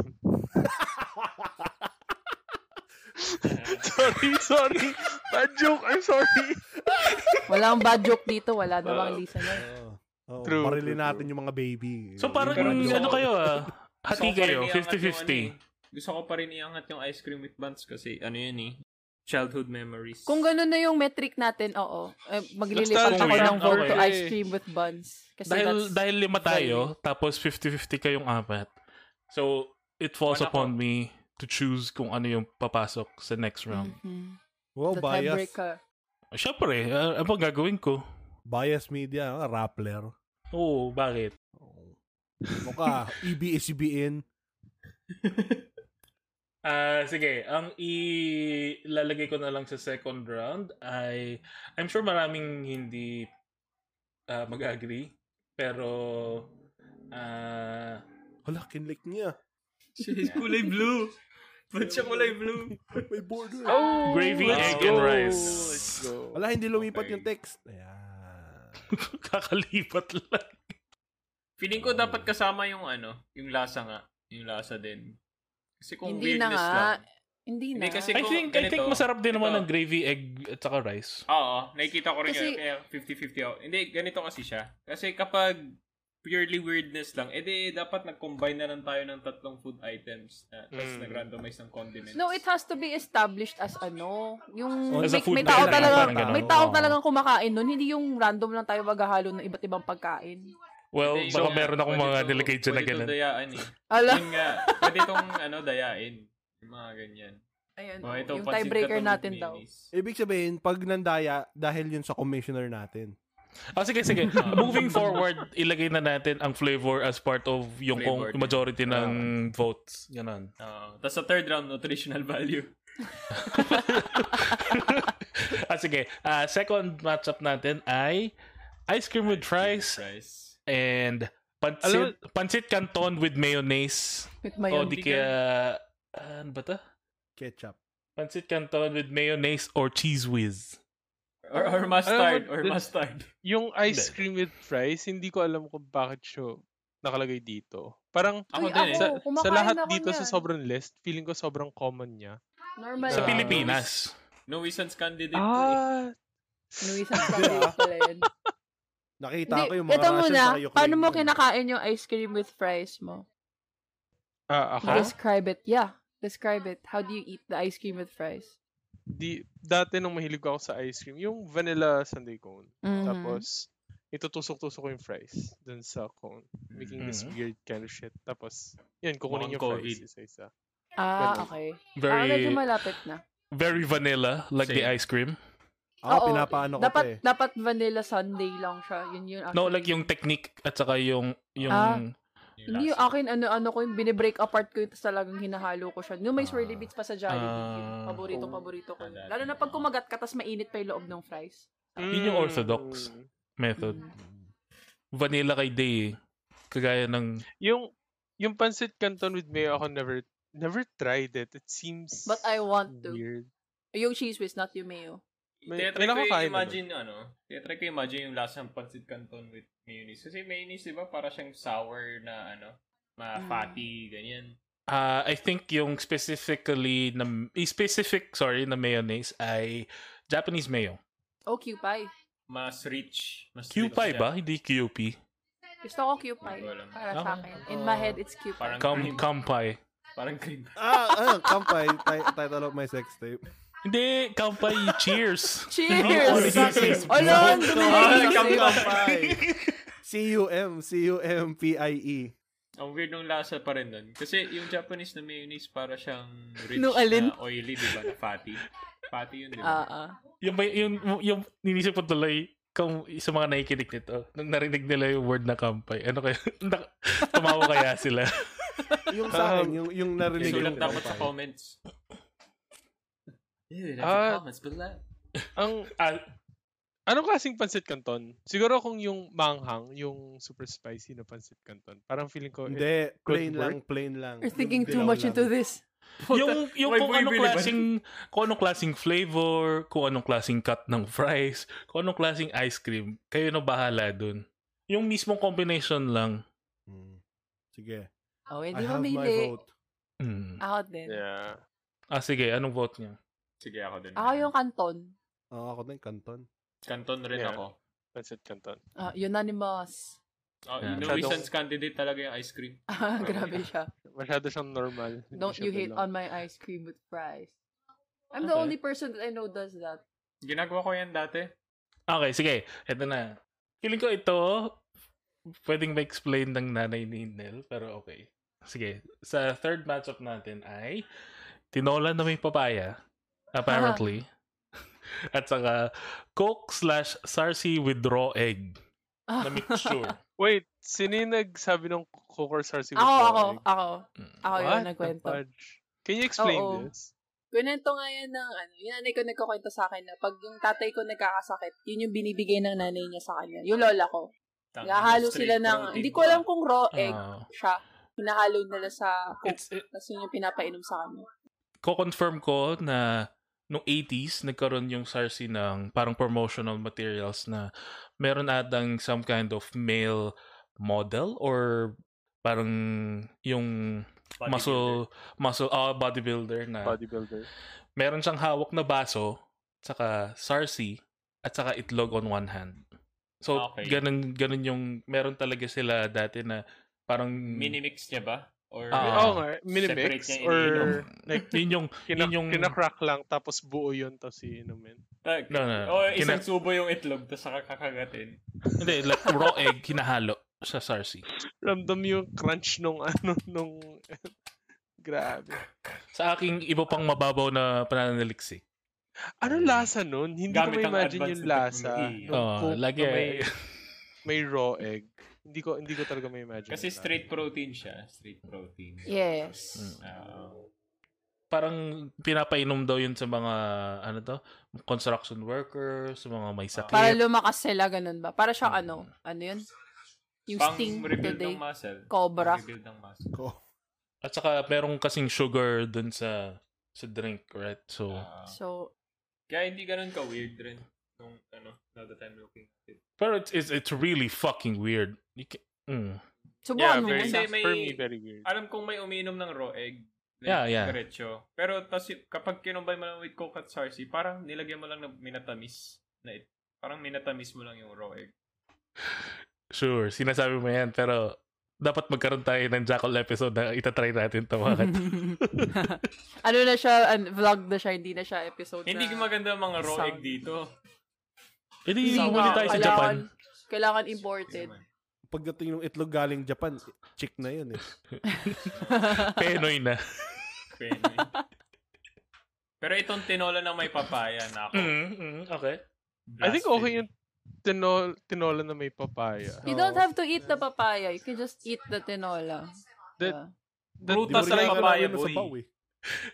Speaker 5: sorry, sorry. Bad joke. I'm sorry.
Speaker 6: Walang bad joke dito,
Speaker 5: Uh.
Speaker 6: wala namang lisa niya.
Speaker 1: Oo. Oo,
Speaker 5: True,
Speaker 1: barilin
Speaker 5: true,
Speaker 1: natin
Speaker 5: true.
Speaker 1: yung mga baby.
Speaker 2: So parang
Speaker 1: Pero
Speaker 3: gusto
Speaker 2: ano
Speaker 3: ko-
Speaker 2: kayo ah? Hati
Speaker 3: Gusto ko pa rin
Speaker 2: kayo,
Speaker 3: iangat yung
Speaker 2: 50-50.
Speaker 3: ano eh. Gusto ko pa rin iangat yung ice cream with buns kasi ano yun eh. Childhood memories.
Speaker 6: Kung ganun na yung metric natin, oo. Eh, maglilipat
Speaker 5: Nostalgia.
Speaker 6: ako ng vote to
Speaker 5: Okay.
Speaker 6: ice cream with buns. Kasi
Speaker 2: Dahil,
Speaker 6: that's...
Speaker 2: dahil lima tayo, tapos 50-50 kayong apat. So, it falls
Speaker 3: Wala
Speaker 2: upon me to choose kung ano yung papasok sa next round.
Speaker 6: Mhm.
Speaker 1: Wow,
Speaker 6: The
Speaker 1: Oh, bias.
Speaker 6: tiebreaker.
Speaker 2: Siyempre, ah, ano bang gagawin ko?
Speaker 1: Bias media, ah, Rappler.
Speaker 2: Oo, bakit?
Speaker 1: Oo. Ano ka? EBSBN.
Speaker 2: Ah, sige, ang ilalagay ko na lang sa second round ay I'm sure maraming hindi ah, mag-agree pero ah
Speaker 1: Hala, kinlik niya.
Speaker 3: She's kulay blue. Ba't siya kulay blue?
Speaker 1: May border.
Speaker 5: Oh.
Speaker 2: gravy
Speaker 5: Let's
Speaker 2: egg
Speaker 5: go,
Speaker 2: and rice.
Speaker 5: Let's go.
Speaker 1: Wala, hindi lumipat
Speaker 3: Okay.
Speaker 1: yung text. Ayan.
Speaker 2: Kakalipat lang.
Speaker 3: Feeling ko dapat kasama yung ano, yung lasa nga. Yung lasa din. Kasi kung
Speaker 6: Hindi na
Speaker 3: weirdness
Speaker 6: nga.
Speaker 3: lang.
Speaker 6: Hindi na.
Speaker 3: Hindi kasi-
Speaker 2: I think, I think
Speaker 3: Ganito.
Speaker 2: masarap din naman
Speaker 3: Ito.
Speaker 2: ng gravy, egg, at saka rice.
Speaker 3: Oo, nakikita ko rin
Speaker 6: Kasi-
Speaker 3: yun. Kaya 50-50 ako. Hindi, ganito kasi siya. Kasi kapag purely weirdness lang, edi dapat nag-combine na lang tayo ng tatlong food items. Na, tapos
Speaker 5: Mm.
Speaker 3: nag-randomize ng condiments.
Speaker 6: Hmm. No, it has to be established as ano. Yung
Speaker 2: Oh, As a
Speaker 6: may,
Speaker 2: food
Speaker 6: may
Speaker 2: trailer,
Speaker 6: tao
Speaker 2: parang
Speaker 6: talaga,
Speaker 2: ganun.
Speaker 6: may tao
Speaker 1: Oo.
Speaker 6: talagang kumakain nun. Hindi yung random lang tayo maghahalo ng iba't ibang pagkain.
Speaker 2: Well,
Speaker 3: Hindi,
Speaker 2: baka
Speaker 3: yun nga.
Speaker 2: meron akong
Speaker 3: Pwede
Speaker 2: mga
Speaker 3: to-
Speaker 2: delicate dyan na
Speaker 3: Pwede
Speaker 2: ganun.
Speaker 3: itong dayaan eh.
Speaker 6: Alam,
Speaker 3: Yun nga, pwede itong ano, dayain. Yung mga ganyan.
Speaker 6: ayun,
Speaker 3: Oh, ito,
Speaker 6: yung
Speaker 3: pansit
Speaker 6: tiebreaker
Speaker 3: katong
Speaker 6: natin daw.
Speaker 3: minis.
Speaker 1: Ibig sabihin, pag nandaya, dahil yun sa commissioner natin.
Speaker 2: Ah, sige, sige. Moving forward, ilagay na natin ang flavor as part of yung kung
Speaker 3: Flavor din.
Speaker 2: majority ng votes. Ganun.
Speaker 3: Oo. Tapos sa third round, nutritional value.
Speaker 2: ah, sige. Ah, second matchup natin ay ice cream with rice
Speaker 3: Price.
Speaker 2: and
Speaker 5: Alam
Speaker 2: pancit, pancit canton with mayonnaise.
Speaker 6: With
Speaker 2: O
Speaker 6: mayon.
Speaker 2: Oh, di kaya, ano ba to?
Speaker 1: Ketchup.
Speaker 2: Pancit canton with mayonnaise or cheese whiz.
Speaker 3: Or, or mustard.
Speaker 5: Alam mo,
Speaker 3: Or
Speaker 5: the-
Speaker 3: mustard.
Speaker 5: Yung ice
Speaker 2: Hindi.
Speaker 5: cream with fries, hindi ko alam kung bakit siya nakalagay dito. Parang
Speaker 3: Ako
Speaker 6: Uy,
Speaker 3: din eh.
Speaker 6: ako.
Speaker 5: sa, sa
Speaker 6: kumakain
Speaker 5: lahat
Speaker 6: ako
Speaker 5: dito sa
Speaker 6: niyan.
Speaker 5: sobrang list, feeling ko sobrang common niya.
Speaker 6: Normal.
Speaker 5: Sa
Speaker 2: Sa
Speaker 5: Ah.
Speaker 2: Pilipinas.
Speaker 3: Nuisance candidate. to eh.
Speaker 5: Ah,
Speaker 6: Nuisan pa rin pala yun.
Speaker 1: Nakita
Speaker 6: Hindi,
Speaker 1: ko yung mga
Speaker 6: ito
Speaker 1: Russian
Speaker 6: muna,
Speaker 1: sa Ukraine.
Speaker 6: paano mo kinakain yung ice cream with fries mo?
Speaker 5: ah ako?
Speaker 6: Describe it. Yeah, describe it. How do you eat the ice cream with fries?
Speaker 5: Di, dati nung mahilig ako sa ice cream, yung vanilla sundae cone.
Speaker 6: Mhm.
Speaker 5: Tapos, itutusok-tusok ko yung fries dun sa cone. Making this
Speaker 2: Mhm.
Speaker 5: weird kind of shit. Tapos, yun, kukunin
Speaker 3: Mukhang
Speaker 5: yung
Speaker 3: COVID.
Speaker 5: fries isa-isa.
Speaker 6: Ah,
Speaker 5: ganun.
Speaker 6: okay. Ah, medyo
Speaker 2: Very,
Speaker 6: malapit na.
Speaker 2: very vanilla, like the
Speaker 3: Same.
Speaker 2: ice cream.
Speaker 1: Ako,
Speaker 6: Oo,
Speaker 1: pinapaano ko
Speaker 6: dapat,
Speaker 1: to eh.
Speaker 6: Dapat vanilla sundae lang siya. Yun yun.
Speaker 2: No,
Speaker 6: actually.
Speaker 2: like yung technique at saka yung, yung
Speaker 6: Ah.
Speaker 3: lasa.
Speaker 6: Hindi yung akin, ano-ano ko yung binibreak apart ko yung tas talagang hinahalo ko siya. Yung may swirly bits pa sa Jollibee. yun.
Speaker 2: Ah.
Speaker 6: Paboritong
Speaker 5: Oh.
Speaker 6: paborito ko. yun. Lalo na pag kumagat ka, tas mainit pa yung loob ng fries.
Speaker 2: Yun yung orthodox.
Speaker 5: Mm.
Speaker 2: method. Vanilla kay Day eh. Kagaya ng...
Speaker 5: Yung, yung pancit canton with mayo, ako never, never tried it. It seems
Speaker 6: But I want to.
Speaker 5: weird.
Speaker 6: Eh, Yung cheese whiz, not yung mayo.
Speaker 5: May-
Speaker 3: Tinatry
Speaker 5: may
Speaker 3: ko
Speaker 5: nakakain
Speaker 3: yung imagine ano, tinatry ko yung imagine yung lasa ng pancit canton with mayonnaise. Kasi mayonnaise, di ba, para siyang sour na ano, ma
Speaker 6: Mm.
Speaker 3: fatty, ganyan.
Speaker 2: Ah, I think yung specifically na eh, specific sorry na mayonnaise ay Japanese mayo.
Speaker 6: Oh, Q-pie.
Speaker 3: Mas rich. Mas rich
Speaker 2: Q-pie
Speaker 3: siya.
Speaker 2: ba? Hindi Q-pie.
Speaker 6: Gusto ko Q-pie.
Speaker 3: Hindi ko alam.
Speaker 6: Para
Speaker 2: Ako-
Speaker 6: sa akin. In my head, it's
Speaker 3: Parang
Speaker 6: Q-pie.
Speaker 2: Kam
Speaker 3: cream.
Speaker 2: kampay.
Speaker 3: Parang cream.
Speaker 1: Ah, ah, kampay. Ti- title of my sex tape.
Speaker 2: Hindi kampay cheers.
Speaker 3: Oh,
Speaker 2: Oh,
Speaker 6: Cheers!
Speaker 2: Cheers!
Speaker 6: Alam,
Speaker 3: Ah,
Speaker 6: dumilig
Speaker 3: kampay.
Speaker 6: yung
Speaker 1: C-U-M, C-U-M-P-I-E.
Speaker 3: Ang weird ng lasa pa rin nun. Kasi yung Japanese na mayonnaise, para siyang rich
Speaker 6: Nung alin?
Speaker 3: na oily, di ba, na fatty. Fatty yun, di ba?
Speaker 6: Ah, ah.
Speaker 2: yung may- yung yung ninisip ko tuloy kung sa mga nakikinig nito, nung narinig nila yung word na kampay, ano kaya, na- tumawa kaya sila.
Speaker 1: Yung sa akin, yung, yung narinig
Speaker 3: Isulat
Speaker 1: yung
Speaker 3: dapat sa
Speaker 1: kampay.
Speaker 3: comments. Ew, that's
Speaker 5: Ah.
Speaker 3: the comments below.
Speaker 5: Ang,
Speaker 2: Ah,
Speaker 5: anong klaseng pancit canton? Siguro kung yung manghang, yung super spicy na pancit canton. Parang feeling ko,
Speaker 1: Hindi, plain
Speaker 5: Good work.
Speaker 1: lang, plain lang.
Speaker 6: You're thinking
Speaker 1: Yung
Speaker 6: too
Speaker 1: dilaw
Speaker 6: much
Speaker 1: lang.
Speaker 6: into this.
Speaker 2: yung yung
Speaker 3: May
Speaker 2: kung anong
Speaker 3: bumibili ba?
Speaker 2: klaseng kung anong klaseng flavor, kung anong klaseng cut ng fries, kung anong klaseng ice cream, kayo na bahala dun. Yung mismong combination lang.
Speaker 1: Hmm. Sige.
Speaker 6: Oh,
Speaker 1: I
Speaker 6: hindi
Speaker 1: have my
Speaker 6: mamili.
Speaker 1: vote.
Speaker 2: Mm.
Speaker 6: Ako din.
Speaker 5: yeah.
Speaker 2: Ah sige, anong vote niya?
Speaker 3: Sige, ako din.
Speaker 6: Ako Ah, yung kanton.
Speaker 1: Oo, Ah, ako din, kanton.
Speaker 3: Canton rin
Speaker 5: Yeah.
Speaker 3: ako.
Speaker 5: Pancit canton.
Speaker 6: Ah, unanimous.
Speaker 3: Oh,
Speaker 2: Yeah.
Speaker 3: yung Nuisance candidate talaga yung ice cream.
Speaker 6: Ah, grabe siya.
Speaker 5: Masyado siyang normal. Hindi
Speaker 6: Don't
Speaker 5: siya
Speaker 6: you hate
Speaker 5: ganun.
Speaker 6: on my ice cream with fries. I'm the
Speaker 2: Okay.
Speaker 6: only person that I know does that.
Speaker 3: Ginagawa ko yan dati.
Speaker 2: Okay, sige. Ito na. Feeling ko ito, pwedeng ma-explain ng nanay ni Nel, pero okay. Sige. Sa third matchup natin ay tinola na may papaya, apparently. At saka Coke slash Sarsi with raw egg na mixture.
Speaker 5: Wait, sino yung nagsabi ng Cooker Sarsi with
Speaker 6: ako, ako,
Speaker 5: egg?
Speaker 6: ako.
Speaker 3: Mm.
Speaker 6: Ako
Speaker 5: What
Speaker 6: yun
Speaker 5: the
Speaker 6: nagkwento.
Speaker 5: fudge? Can you explain
Speaker 6: Oo.
Speaker 5: this?
Speaker 6: Kwento nga yan ng, ano, yung nanay ko nagkakwento sa akin na pag yung tatay ko nagkakasakit, yun yung binibigay ng nanay niya sa kanya. Yung lola ko.
Speaker 3: Tang- Ah,
Speaker 6: Nahalo
Speaker 3: straight
Speaker 6: sila ng,
Speaker 3: protein
Speaker 6: hindi ko alam
Speaker 3: pa.
Speaker 6: kung raw egg
Speaker 2: Ah.
Speaker 6: siya. Hinahalo nila sa coke.
Speaker 2: it's, it,
Speaker 6: Tapos yun yung pinapainom sa kanya.
Speaker 2: ko-confirm ko na nung 80s, nagkaroon yung Sarsi ng parang promotional materials na meron atang some kind of male model or parang yung muscle muscle ah bodybuilder na
Speaker 5: bodybuilder.
Speaker 2: meron siyang hawak na baso, saka sarsi, at saka itlog on one hand. So,
Speaker 3: Ah, Okay.
Speaker 2: ganun, ganun yung, meron talaga sila dati na parang,
Speaker 3: Minimix niya ba? Or Oh,
Speaker 2: Ah.
Speaker 5: Oo nga,
Speaker 3: Separate
Speaker 5: minimix
Speaker 3: niya,
Speaker 5: or
Speaker 3: iniinom.
Speaker 5: like
Speaker 2: yun yung,
Speaker 5: kina,
Speaker 2: yun yung,
Speaker 5: kinacrack lang tapos buo yun tapos iinumin.
Speaker 3: Ah,
Speaker 2: no, no, no.
Speaker 3: oh, isang
Speaker 2: Kina-
Speaker 3: subo yung itlog, tapos saka kakagatin.
Speaker 2: hindi, like raw egg, hinahalo sa sarsi.
Speaker 5: Ramdam yung crunch nung ano nung grabe.
Speaker 2: Sa aking iba pang mababaw na pananaliksik.
Speaker 5: Ano lasa nun? Hindi
Speaker 3: Gamit
Speaker 5: ko
Speaker 3: ang
Speaker 5: ma-imagine
Speaker 3: advanced
Speaker 5: yung lasa.
Speaker 3: technology.
Speaker 5: nung
Speaker 2: Oo,
Speaker 5: Coke na
Speaker 2: lagi-
Speaker 5: may, may raw egg. Hindi ko hindi ko talaga ma-imagine.
Speaker 3: Kasi
Speaker 5: yung lasa.
Speaker 3: straight protein siya. Straight protein.
Speaker 6: Yes.
Speaker 3: Ah,
Speaker 2: Parang pinapainom daw yun sa mga, ano to, construction workers, sa mga may sakit.
Speaker 6: Para lumakas sila, ganun ba? Para siyang ano, ano yun? Yung
Speaker 3: pang
Speaker 6: sting
Speaker 3: rebuild
Speaker 6: today.
Speaker 3: ng muscle.
Speaker 6: Cobra.
Speaker 3: Pang rebuild ng muscle.
Speaker 1: Ko.
Speaker 2: At saka, merong kasing sugar dun sa, sa drink, right? So,
Speaker 3: Ah.
Speaker 6: So,
Speaker 3: kaya hindi ganun ka-weird rin. Nung, ano, now that I'm looking at it.
Speaker 2: Pero it's it's, it's really fucking weird. You ca- mm.
Speaker 5: Yeah,
Speaker 6: subukan mo
Speaker 5: very,
Speaker 3: Kasi
Speaker 6: muna.
Speaker 3: may-
Speaker 5: for me very weird.
Speaker 3: Alam kong may umiinom ng raw egg.
Speaker 2: Yeah, yeah.
Speaker 3: Diretso. Pero tas, y- kapag kinumbay mo lang with Coke at Sarsi, parang nilagyan mo lang na minatamis. Na it, parang minatamis mo lang yung raw egg.
Speaker 2: Sure, sinasabi mo yan, pero dapat magkaroon tayo ng Jackal episode na itatry natin to mga kat-
Speaker 6: ano na siya, an- vlog na siya, hindi na siya episode
Speaker 3: Hindi
Speaker 6: na.
Speaker 3: maganda ang mga raw
Speaker 6: Sound.
Speaker 3: egg dito.
Speaker 2: Eh di,
Speaker 6: Hindi,
Speaker 2: bumili
Speaker 6: ah,
Speaker 2: tayo sa
Speaker 6: kailangan-
Speaker 2: Japan.
Speaker 6: Kailangan imported.
Speaker 1: Pagdating ng itlog galing Japan, chick na yun eh.
Speaker 2: Penoy na.
Speaker 3: Pwede. Pero itong tinola na may papaya na ako.
Speaker 2: Mm, mm, okay.
Speaker 5: I think okay yung tinol, tinola na may papaya.
Speaker 6: You don't have to eat the papaya. You can just eat the tinola.
Speaker 5: The-
Speaker 6: Ah.
Speaker 5: The-
Speaker 3: Prutas lang
Speaker 5: na try-
Speaker 3: yung papaya,
Speaker 1: Nasa
Speaker 3: boy.
Speaker 1: baw eh.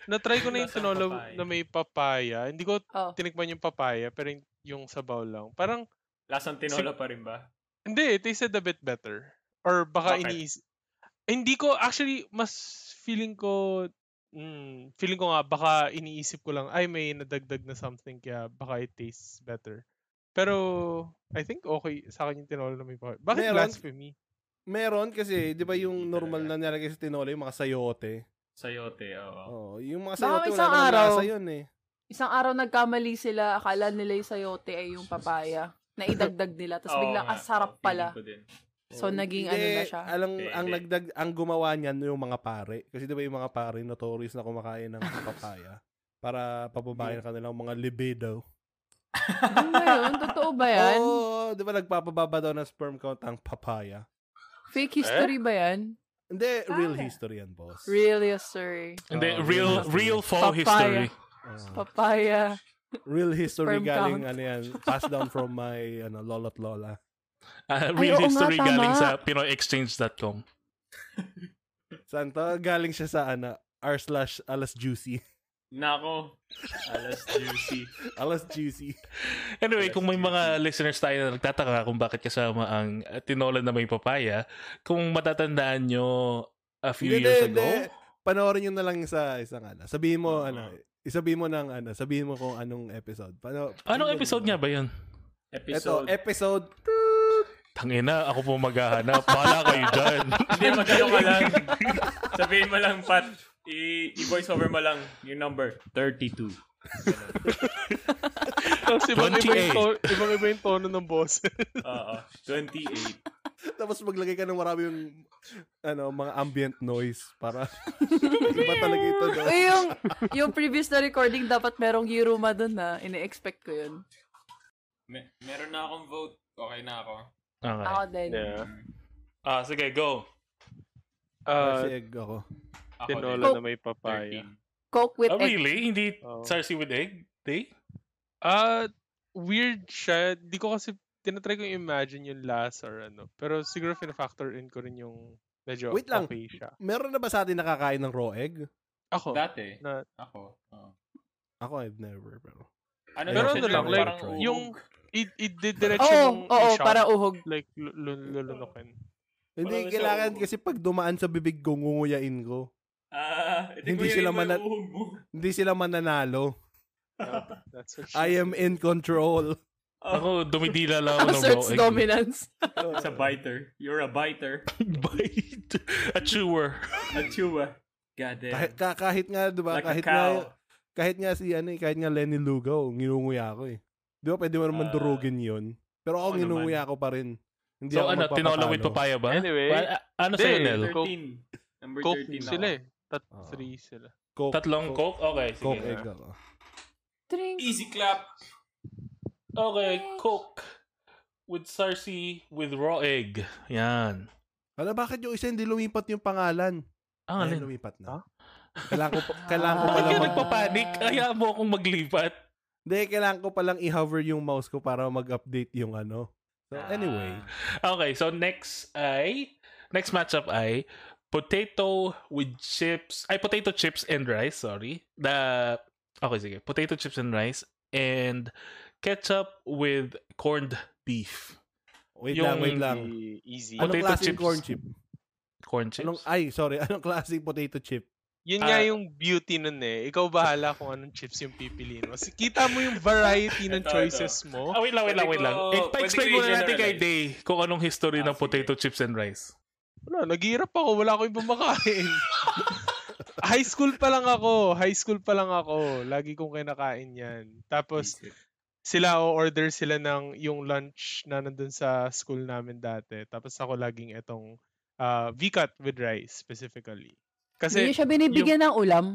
Speaker 5: Na-try ko na yung
Speaker 3: Prutas ang
Speaker 5: tinola
Speaker 3: papaya.
Speaker 5: na may papaya. Hindi ko
Speaker 6: Oh.
Speaker 5: tinikman yung papaya pero yung, yung sabaw lang. Parang
Speaker 3: Lasang tinola pa rin ba?
Speaker 5: Hindi, it tasted a bit better. Or baka
Speaker 3: Bakit?
Speaker 5: iniis... Hindi ko, actually, mas feeling ko, mm, feeling ko nga, baka iniisip ko lang, ay, may nadagdag na something, kaya baka it tastes better. Pero, I think okay sa akin yung tinola na may papaya. Bakit
Speaker 1: Meron?
Speaker 5: blasphemy?
Speaker 1: Meron kasi, di ba yung normal na nilalagay sa tinola, yung mga sayote.
Speaker 3: Sayote, oo.
Speaker 1: Oh, yung mga
Speaker 6: Baka
Speaker 1: sayote, wala
Speaker 6: isang
Speaker 1: naman
Speaker 6: araw.
Speaker 1: lasa yun eh.
Speaker 6: Isang araw nagkamali sila, akala nila yung sayote ay yung papaya. Naidagdag nila, tapos
Speaker 3: Oo
Speaker 6: biglang
Speaker 3: nga,
Speaker 6: asarap
Speaker 3: oo,
Speaker 6: pala.
Speaker 3: feeling ko din.
Speaker 6: So, naging ano na siya?
Speaker 1: Alang,
Speaker 3: Hindi,
Speaker 1: ang
Speaker 3: hindi.
Speaker 1: nagdag, ang gumawa niyan yung mga pare. Kasi di ba yung mga pare, notorious na kumakain ng papaya para pababayan kanilang mga libido.
Speaker 6: Ano ba yun? Totoo ba yan?
Speaker 1: Oo, di ba nagpapababa daw ng sperm count ang papaya?
Speaker 6: Fake history ba yan?
Speaker 1: Hindi, real
Speaker 4: Papaya.
Speaker 1: history yan, boss.
Speaker 6: Real history.
Speaker 2: And then,
Speaker 1: Oo,
Speaker 2: real,
Speaker 1: history.
Speaker 2: real fall Oh,
Speaker 6: Papaya.
Speaker 2: history.
Speaker 1: Oo.
Speaker 6: Papaya.
Speaker 1: real history
Speaker 6: sperm
Speaker 1: galing,
Speaker 6: count.
Speaker 1: ano yan, passed down from my, ano, lolo't lola.
Speaker 2: Ah, real
Speaker 6: oo nga,
Speaker 2: history
Speaker 6: tama.
Speaker 2: galing sa pinoyexchange.com.
Speaker 1: Saan to? Galing siya sa, ano, r slash alas juicy.
Speaker 3: Nako. Alas juicy.
Speaker 1: alas juicy.
Speaker 2: Anyway, kung may mga listeners tayo na nagtataka kung bakit kasama ang uh, tinola na may papaya, kung matatandaan nyo a few
Speaker 1: Hindi,
Speaker 2: years
Speaker 1: hindi,
Speaker 2: ago,
Speaker 1: hindi. Panoorin nyo na lang sa isang ano. Sabihin mo,
Speaker 3: Oo.
Speaker 1: ano, isabihin mo ng ano, sabihin mo kung anong episode. Pano,
Speaker 2: anong episode nga ba yun?
Speaker 1: Ito,
Speaker 3: Episode.
Speaker 1: episode.
Speaker 2: Tangina, ako po maghahanap. Bahala kayo dyan.
Speaker 3: Hindi, magano ka lang. Sabihin mo lang, Pat. I- i-voice over mo lang yung number 32.
Speaker 5: Tapos ibang iba, yung
Speaker 2: 28.
Speaker 5: tono, ibang iba yung tono ng boses.
Speaker 3: Oo. 28.
Speaker 1: Tapos maglagay ka ng marami yung ano, mga ambient noise para iba talaga ito. No?
Speaker 6: Uy, yung, yung previous na recording, dapat merong Yiruma dun na. Ine-expect ko yun.
Speaker 3: Me- meron na akong vote. Okay na ako.
Speaker 2: Okay.
Speaker 6: Ako din.
Speaker 2: Ah, sige, go.
Speaker 5: Uh,
Speaker 1: Kasi egg ako.
Speaker 3: Ako
Speaker 5: tinola Ah, na
Speaker 6: Coke.
Speaker 5: may papaya.
Speaker 6: Coke with
Speaker 2: Oh,
Speaker 6: egg.
Speaker 2: really? Hindi
Speaker 5: Oo.
Speaker 2: Sarsi with egg? Day?
Speaker 5: Ah, weird siya. Di ko kasi tinatry ko imagine yung last or ano. Pero siguro fina-factor in ko rin yung medyo
Speaker 1: Wait lang.
Speaker 5: okay siya.
Speaker 1: Meron na ba sa atin nakakain ng raw egg?
Speaker 5: Ako.
Speaker 3: 13. Dati.
Speaker 5: na,
Speaker 3: Ako. Oh. oo.
Speaker 1: Ako, I've never. Pero.
Speaker 3: Ano
Speaker 5: Pero
Speaker 3: siya,
Speaker 5: ano lang,
Speaker 3: yung
Speaker 5: like,
Speaker 3: parang uhog.
Speaker 5: yung it, it did diretso
Speaker 6: Oo,
Speaker 5: mong
Speaker 6: oo,
Speaker 5: i-shock,
Speaker 6: para uhog.
Speaker 5: like lu- lu- lulunukin.
Speaker 1: Hindi,
Speaker 3: Parang
Speaker 1: kailangan
Speaker 3: siya-
Speaker 1: kasi pag dumaan sa bibig ko, ngunguyain ko.
Speaker 3: Ah,
Speaker 1: Hindi sila mana- Hindi sila mananalo.
Speaker 5: Yeah, that's what she
Speaker 1: I am
Speaker 5: said.
Speaker 1: in control.
Speaker 2: Ako, dumidila lang ako ng
Speaker 6: Asserts
Speaker 2: bawang egg.
Speaker 6: dominance.
Speaker 3: It's a biter. You're a biter.
Speaker 2: Bite. A chewer.
Speaker 3: A chewa. ah. God damn.
Speaker 1: Kahit, ka- kahit nga, di ba?
Speaker 3: Like
Speaker 1: kahit
Speaker 3: a cow.
Speaker 1: nga, kahit nga si, ano eh, kahit nga Lenny Lugaw, nginunguya ako eh. Di ba, pwede mo naman
Speaker 3: Ah.
Speaker 1: durugin yun. Pero ako,
Speaker 3: Oo
Speaker 1: nginunguya ko pa rin. Hindi
Speaker 2: So
Speaker 1: ako
Speaker 2: ano,
Speaker 1: magpapatalo.
Speaker 2: tinola with papaya ba?
Speaker 5: Anyway.
Speaker 2: Well, a- ano sa
Speaker 5: Hindi.
Speaker 2: Nel?
Speaker 5: Coke.
Speaker 3: 13. Number
Speaker 5: Coke
Speaker 3: 13 ako.
Speaker 5: sila eh. Tat
Speaker 1: Ah.
Speaker 5: three sila.
Speaker 1: Coke,
Speaker 2: Tatlong Coke? Okay, sige.
Speaker 1: Coke egg ako.
Speaker 6: Drink.
Speaker 3: Easy clap.
Speaker 2: Okay, Coke. With sarsi, with raw egg. Yan.
Speaker 1: Ala, Ano, bakit yung isa hindi lumipat yung pangalan?
Speaker 2: Ang
Speaker 1: Ayan,
Speaker 2: alin.
Speaker 1: lumipat
Speaker 5: Ha?
Speaker 1: na. Kailangan ko, pa- kailangan ko pala
Speaker 2: Bakit ka
Speaker 6: Ah.
Speaker 1: mag-
Speaker 2: nagpapanik? Kaya mo akong maglipat.
Speaker 1: Hindi, kailangan ko palang i-hover yung mouse ko para mag-update yung ano. So, anyway.
Speaker 2: Okay, so next ay, next matchup ay, potato with chips, ay potato chips and rice, sorry. The, okay, sige. Potato chips and rice and ketchup with corned beef.
Speaker 1: Wait lang,
Speaker 2: Yung-
Speaker 1: wait lang. Ano?
Speaker 5: E- Easy.
Speaker 1: Anong
Speaker 2: Potato
Speaker 1: klaseng
Speaker 2: chips.
Speaker 1: corn chip?
Speaker 2: Corn chips.
Speaker 1: Anong, ay, sorry. Anong klaseng potato chip?
Speaker 5: Yun nga
Speaker 2: Ah.
Speaker 5: yung beauty nun eh. Ikaw bahala kung anong chips yung pipiliin mo. Si- Kita mo yung variety ng
Speaker 3: Ito,
Speaker 5: choices mo.
Speaker 2: Ah, wait lang, wait lang, wait
Speaker 3: Pwede
Speaker 2: lang.
Speaker 3: ko-
Speaker 2: Eh, Pa-explain
Speaker 3: pwede ko
Speaker 2: muna natin kay
Speaker 3: i-generalize.
Speaker 2: Day kung anong history
Speaker 3: Ah,
Speaker 2: ng potato chips and rice.
Speaker 5: Wala, naghihirap ako. Wala akong ibang makain. High school pa lang ako. High school pa lang ako. Lagi kong kinakain yan. Tapos, sila o-order sila ng yung lunch na nandun sa school namin dati. Tapos ako laging itong uh, V-cut with rice specifically.
Speaker 6: Hindi
Speaker 5: Kasi,
Speaker 6: niyo siya binibigyan ng ulam.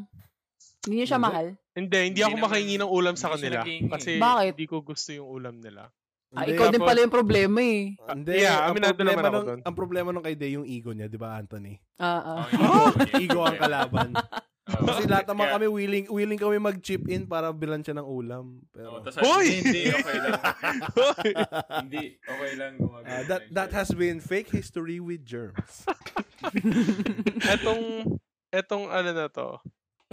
Speaker 6: Hindi niyo siya
Speaker 1: Hindi.
Speaker 6: mahal.
Speaker 5: hindi, hindi,
Speaker 3: Hindi
Speaker 5: ako
Speaker 3: naman-
Speaker 5: makahingi ng ulam sa
Speaker 3: hindi siya
Speaker 5: kanila.
Speaker 3: naghihingi.
Speaker 5: Kasi,
Speaker 6: Bakit?
Speaker 5: hindi ko gusto yung ulam nila.
Speaker 6: Ah,
Speaker 1: Hindi,
Speaker 6: ikaw din
Speaker 5: Tapos-
Speaker 6: pala yung problema eh.
Speaker 1: Hindi,
Speaker 5: Yeah,
Speaker 1: ang
Speaker 5: aminado
Speaker 1: problema
Speaker 5: naman ako
Speaker 1: nung-
Speaker 5: dun.
Speaker 1: Ang problema nung kay Day, yung ego niya, di ba, Anthony?
Speaker 6: Ah, ah.
Speaker 1: Oh, ego ang kalaban.
Speaker 3: Oh,
Speaker 1: Kasi lahat naman
Speaker 3: kaya-
Speaker 1: kami willing willing kami mag-chip in para bilan siya ng ulam.
Speaker 3: Oh,
Speaker 1: Pero
Speaker 3: tas,
Speaker 5: Hoy!
Speaker 3: Hindi, okay lang. Hindi, okay lang gumagano.
Speaker 1: Ah, that that has been fake history with germs.
Speaker 5: Etong, etong ano na to,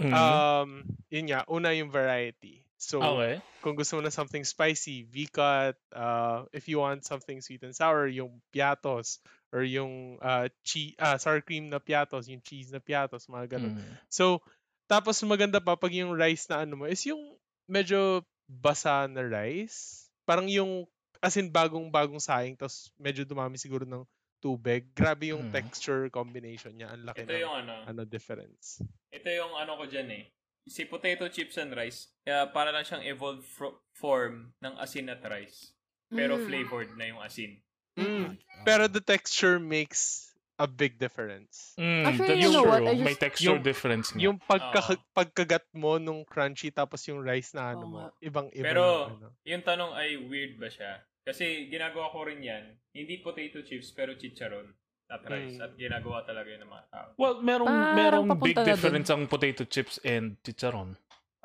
Speaker 3: Ah,
Speaker 2: Mhm.
Speaker 3: Mm-hmm.
Speaker 5: um, yun nga, una yung variety. So,
Speaker 2: okay.
Speaker 5: kung gusto mo na something spicy, V-cut. Uh, if you want something sweet and sour, yung piatos. Or yung uh, che- ah, sour cream na piatos, yung cheese na piatos, mga ganun.
Speaker 2: Mhm.
Speaker 5: So, tapos maganda pa pag yung rice na ano mo is yung medyo basa na rice. Parang yung, as in bagong-bagong sayang, tapos medyo dumami siguro ng tubig. Grabe
Speaker 2: Mm.
Speaker 5: yung texture combination niya. Ang laki
Speaker 3: Ito
Speaker 5: ng
Speaker 3: yung ano.
Speaker 5: ano, difference.
Speaker 3: Ito yung ano ko dyan eh. Si potato chips and rice, kaya para lang siyang evolved fro- form ng asin at rice. Pero
Speaker 6: Mm.
Speaker 3: flavored na yung asin.
Speaker 1: Mm.
Speaker 5: Hmm.
Speaker 1: uh,
Speaker 5: Pero the texture makes a big difference.
Speaker 2: Mm,
Speaker 6: Actually,
Speaker 2: that's
Speaker 6: you know
Speaker 2: true.
Speaker 6: what? I
Speaker 2: May
Speaker 6: just-
Speaker 2: texture
Speaker 5: Yung-
Speaker 2: difference nga.
Speaker 5: Yung pagka,
Speaker 3: Oo.
Speaker 5: pagkagat mo nung crunchy tapos yung rice na ano
Speaker 6: Oo
Speaker 5: mo,
Speaker 6: nga.
Speaker 5: ibang-iba.
Speaker 3: Pero,
Speaker 5: yung ano.
Speaker 3: Yung tanong ay weird ba siya? Kasi ginagawa ko rin yan, hindi potato chips pero chicharon at rice.
Speaker 5: Mm.
Speaker 3: At ginagawa talaga yun ng mga tao.
Speaker 2: Well, merong,
Speaker 6: Parang
Speaker 2: merong big
Speaker 6: Ah, papunta na dun.
Speaker 2: difference ang potato chips and chicharon.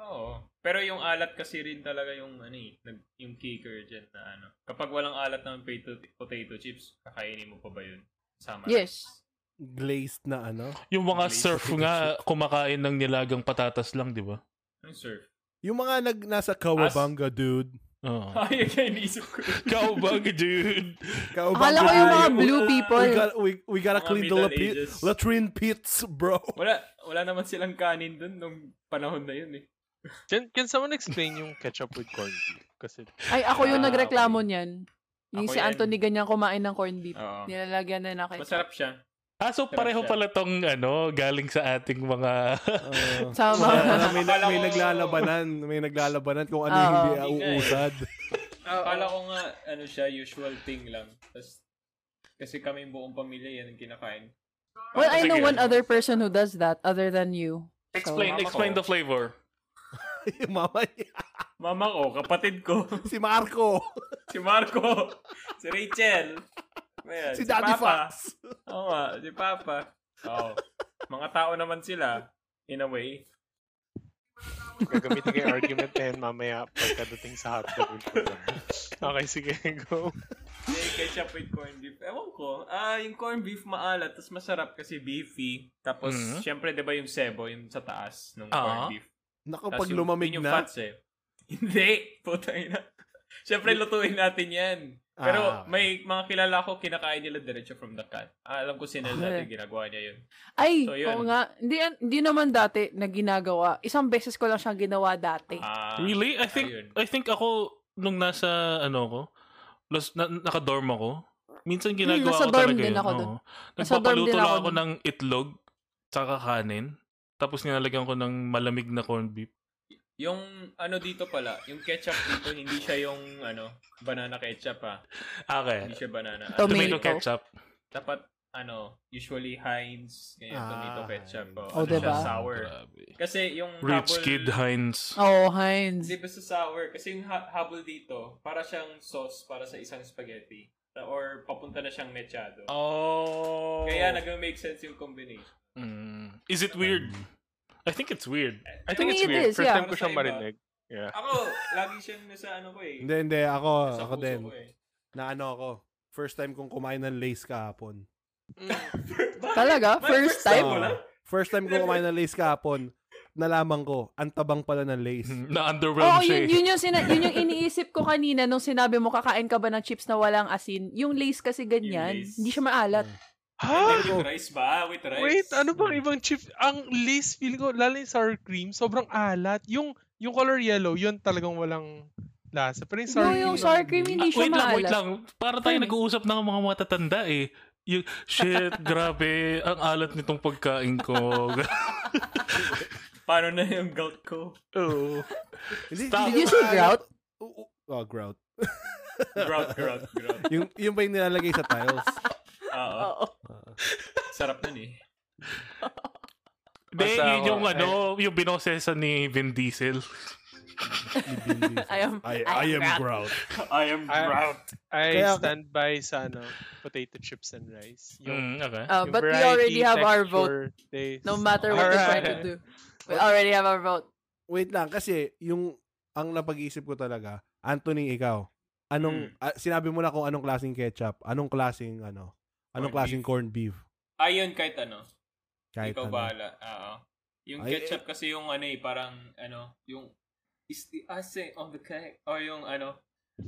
Speaker 3: Oo. Pero yung alat kasi rin talaga yung ano eh, nag- yung kicker dyan na ano. Kapag walang alat ng potato, potato chips, kakainin mo pa ba yun? Sama
Speaker 6: Yes.
Speaker 1: Glazed na ano.
Speaker 2: Yung mga
Speaker 3: Glazed
Speaker 2: surf
Speaker 1: potato
Speaker 2: nga, kumakain ng nilagang patatas lang, di ba?
Speaker 3: Ang surf.
Speaker 1: Yung mga nag nasa Kawabanga, dude.
Speaker 2: Oo.
Speaker 3: Ay, kaya iniisip ko.
Speaker 2: Cowbang, dude!
Speaker 1: Kawabanga,
Speaker 6: Akala ko yung mga
Speaker 1: dude.
Speaker 6: blue people.
Speaker 1: We, got, we, we gotta
Speaker 3: Uh, Mga
Speaker 1: clean the
Speaker 3: Middle
Speaker 1: lapi-
Speaker 3: Ages.
Speaker 1: latrine pits, bro.
Speaker 3: Wala, wala naman silang kanin dun nung panahon na yun eh.
Speaker 5: Can, can someone explain yung ketchup with corned beef? Kasi,
Speaker 6: Ay, ako yung
Speaker 3: Ah,
Speaker 6: nagreklamo niyan. Yung
Speaker 3: Ako
Speaker 6: si
Speaker 3: yan. Ah.
Speaker 6: Anthony ganyan kumain ng corned beef.
Speaker 3: Oo.
Speaker 6: Nilalagyan na na kayo.
Speaker 3: Masarap siya.
Speaker 2: Ah, so
Speaker 3: Sarap
Speaker 2: pareho
Speaker 3: siya.
Speaker 2: pala tong, ano, galing sa ating mga...
Speaker 1: Uh,
Speaker 6: Sama.
Speaker 1: wala, may,
Speaker 3: Akala
Speaker 1: may
Speaker 3: ko-
Speaker 1: naglalabanan. May naglalabanan kung ano
Speaker 6: Oo.
Speaker 1: yung hindi
Speaker 3: Hindi nga eh.
Speaker 1: auusad.
Speaker 3: Akala ko nga, ano siya, usual thing lang. Tas, kasi kami buong pamilya yan ang kinakain.
Speaker 6: Well, I know
Speaker 2: Sige.
Speaker 6: one other person who does that other than you.
Speaker 2: explain,
Speaker 3: Mama
Speaker 2: explain
Speaker 3: ko.
Speaker 2: the flavor.
Speaker 1: Yung mama niya.
Speaker 3: Mama ko, kapatid ko,
Speaker 1: Si Marco.
Speaker 3: si Marco, si Rachel, ayan,
Speaker 1: si Daddy
Speaker 3: Papa.
Speaker 1: Fox.
Speaker 3: Oo nga, si Papa. Oo. Mga tao naman sila, in a way.
Speaker 5: gagamitin ko yung argument na yun mamaya pagkadating sa hotdog. with corn. okay, sige, go.
Speaker 3: May ketchup with corned beef. Ewan ko. Ah, yung corned beef maalat, tapos masarap kasi beefy. Tapos,
Speaker 2: Mhm.
Speaker 3: syempre, di ba yung sebo, yung sa taas ng
Speaker 2: Ah.
Speaker 3: corned beef.
Speaker 1: Naku,
Speaker 3: Tas
Speaker 1: pag
Speaker 3: yung-
Speaker 1: lumamig
Speaker 3: yun yung
Speaker 1: na.
Speaker 3: fats eh. Hindi, putay na. Siyempre, lutuin natin yan. Pero
Speaker 1: Ah.
Speaker 3: may mga kilala ko, kinakain nila diretso from the can. Ah, alam ko si Nel dati ginagawa niya yun.
Speaker 6: Ay,
Speaker 3: So, yun.
Speaker 6: oo nga. Hindi, ah, hindi naman dati na ginagawa. Isang beses ko lang siyang ginawa dati.
Speaker 3: Ah,
Speaker 2: Really? I think,
Speaker 3: ayun.
Speaker 2: I think ako, nung nasa ano ko, los, na, naka-dorm ako, minsan ginagawa
Speaker 6: Hmm, nasa
Speaker 2: ko
Speaker 6: dorm
Speaker 2: talaga
Speaker 6: din
Speaker 2: yun.
Speaker 6: ako
Speaker 2: oo.
Speaker 6: dun. Nasa dorm
Speaker 2: Nagpapaluto
Speaker 6: din
Speaker 2: lang
Speaker 6: ako
Speaker 2: ako
Speaker 6: dun.
Speaker 2: ng itlog tsaka kanin. Tapos nilalagyan ko ng malamig na corned beef.
Speaker 3: Yung ano dito pala, yung ketchup dito, hindi siya yung ano, banana ketchup ha.
Speaker 2: Okay.
Speaker 3: Hindi siya banana. Ano,
Speaker 6: Tom-
Speaker 2: Tomato
Speaker 6: Tomato.
Speaker 2: ketchup.
Speaker 3: dapat ano, usually Heinz, ganyan,
Speaker 1: Ah,
Speaker 3: tomato ketchup.
Speaker 1: Heinz.
Speaker 3: Oh,
Speaker 6: Oh,
Speaker 3: ano siya,
Speaker 6: diba?
Speaker 3: sour. Kasi yung
Speaker 2: Rich
Speaker 3: habol-
Speaker 2: kid Heinz.
Speaker 6: Oh, Heinz.
Speaker 3: Hindi basta sour. Kasi yung ha- habol dito, para siyang sauce para sa isang spaghetti. Or papunta na siyang mechado.
Speaker 2: Oh.
Speaker 3: Kaya nag-make sense yung combination.
Speaker 2: Mm. Is it weird? I think it's weird.
Speaker 5: I
Speaker 6: me
Speaker 5: think it's
Speaker 6: it
Speaker 5: weird.
Speaker 6: is,
Speaker 5: First
Speaker 6: yeah.
Speaker 5: time ko siyang
Speaker 3: Para sa iba.
Speaker 5: marinig. Yeah.
Speaker 3: Ako, lagi siyang nasa ano ko eh.
Speaker 1: Hindi, hindi. Ako,
Speaker 3: Sa
Speaker 1: ako
Speaker 3: puso
Speaker 1: din.
Speaker 3: ko eh.
Speaker 1: Na ano ako. First time kong kumain ng Lays kahapon.
Speaker 6: Mm.
Speaker 3: Bakit?
Speaker 6: Talaga?
Speaker 3: Bakit
Speaker 6: First time?
Speaker 1: Oo.
Speaker 3: mo lang?
Speaker 1: First time kong kumain ng Lays kahapon, nalaman ko, ang tabang pala ng Lays.
Speaker 3: Mhm.
Speaker 2: Na underwhelmed
Speaker 6: Oo,
Speaker 2: siya.
Speaker 6: yun,
Speaker 2: eh.
Speaker 6: yun, yung sina- yun yung iniisip ko kanina nung sinabi mo, kakain ka ba ng chips na walang asin? Yung lace kasi ganyan,
Speaker 3: lace.
Speaker 6: hindi siya maalat.
Speaker 5: Ha?
Speaker 3: With rice ba? With rice?
Speaker 5: Wait, ano bang ibang chip? Ang least feeling ko, lalo yung sour cream, sobrang alat. Yung yung color yellow, yun talagang walang lasa. Pero yung sour
Speaker 6: No,
Speaker 5: cream,
Speaker 6: yung
Speaker 5: lang,
Speaker 6: sour cream, hindi
Speaker 2: Ah,
Speaker 6: siya
Speaker 2: wait lang, wait
Speaker 6: maalat.
Speaker 2: lang. Para tayo
Speaker 6: Ayun eh.
Speaker 2: nag-uusap ng mga matatanda eh. Yung, shit, grabe, ang alat nitong pagkain ko.
Speaker 3: Paano na yung gout ko?
Speaker 2: Oo.
Speaker 1: Hindi,
Speaker 2: Stop.
Speaker 1: hindi
Speaker 6: Did you
Speaker 1: ko
Speaker 6: say
Speaker 1: maalala-
Speaker 6: grout?
Speaker 1: Oo, oo. Oh, grout.
Speaker 3: Grout, grout, grout.
Speaker 1: yung, yung ba yung nilalagay sa tiles?
Speaker 3: Oo.
Speaker 6: Oo.
Speaker 3: Sarap nun eh.
Speaker 2: Hindi,
Speaker 5: Basta
Speaker 2: yun
Speaker 5: ako,
Speaker 2: yung ano, yung binosesa ni Vin Diesel.
Speaker 1: Ni Vin Diesel.
Speaker 6: I am- I am
Speaker 1: grout.
Speaker 3: I am
Speaker 5: I-
Speaker 3: grout.
Speaker 5: I
Speaker 1: Kaya-
Speaker 5: stand by sa ano, potato chips and rice. Yung,
Speaker 2: Mm, okay.
Speaker 6: Uh,
Speaker 5: yung
Speaker 6: but we
Speaker 5: variety,
Speaker 6: already have our vote.
Speaker 5: texture, taste.
Speaker 6: No matter what you try to
Speaker 5: Alright.
Speaker 6: do. We already have our vote.
Speaker 1: Wait lang, kasi yung ang napag-iisip ko talaga, Anthony, ikaw, anong,
Speaker 3: Hmm.
Speaker 1: ah, sinabi mo na kung anong klaseng ketchup, anong klaseng, ano, anong
Speaker 3: Corned
Speaker 1: klaseng corned beef.
Speaker 3: Ayun, kahit ano.
Speaker 1: Kahit
Speaker 3: Ikaw
Speaker 1: ano.
Speaker 3: bahala. Oo. Yung
Speaker 1: Ay,
Speaker 3: ketchup kasi yung ano eh, parang ano, yung is the icing on the cake or yung ano,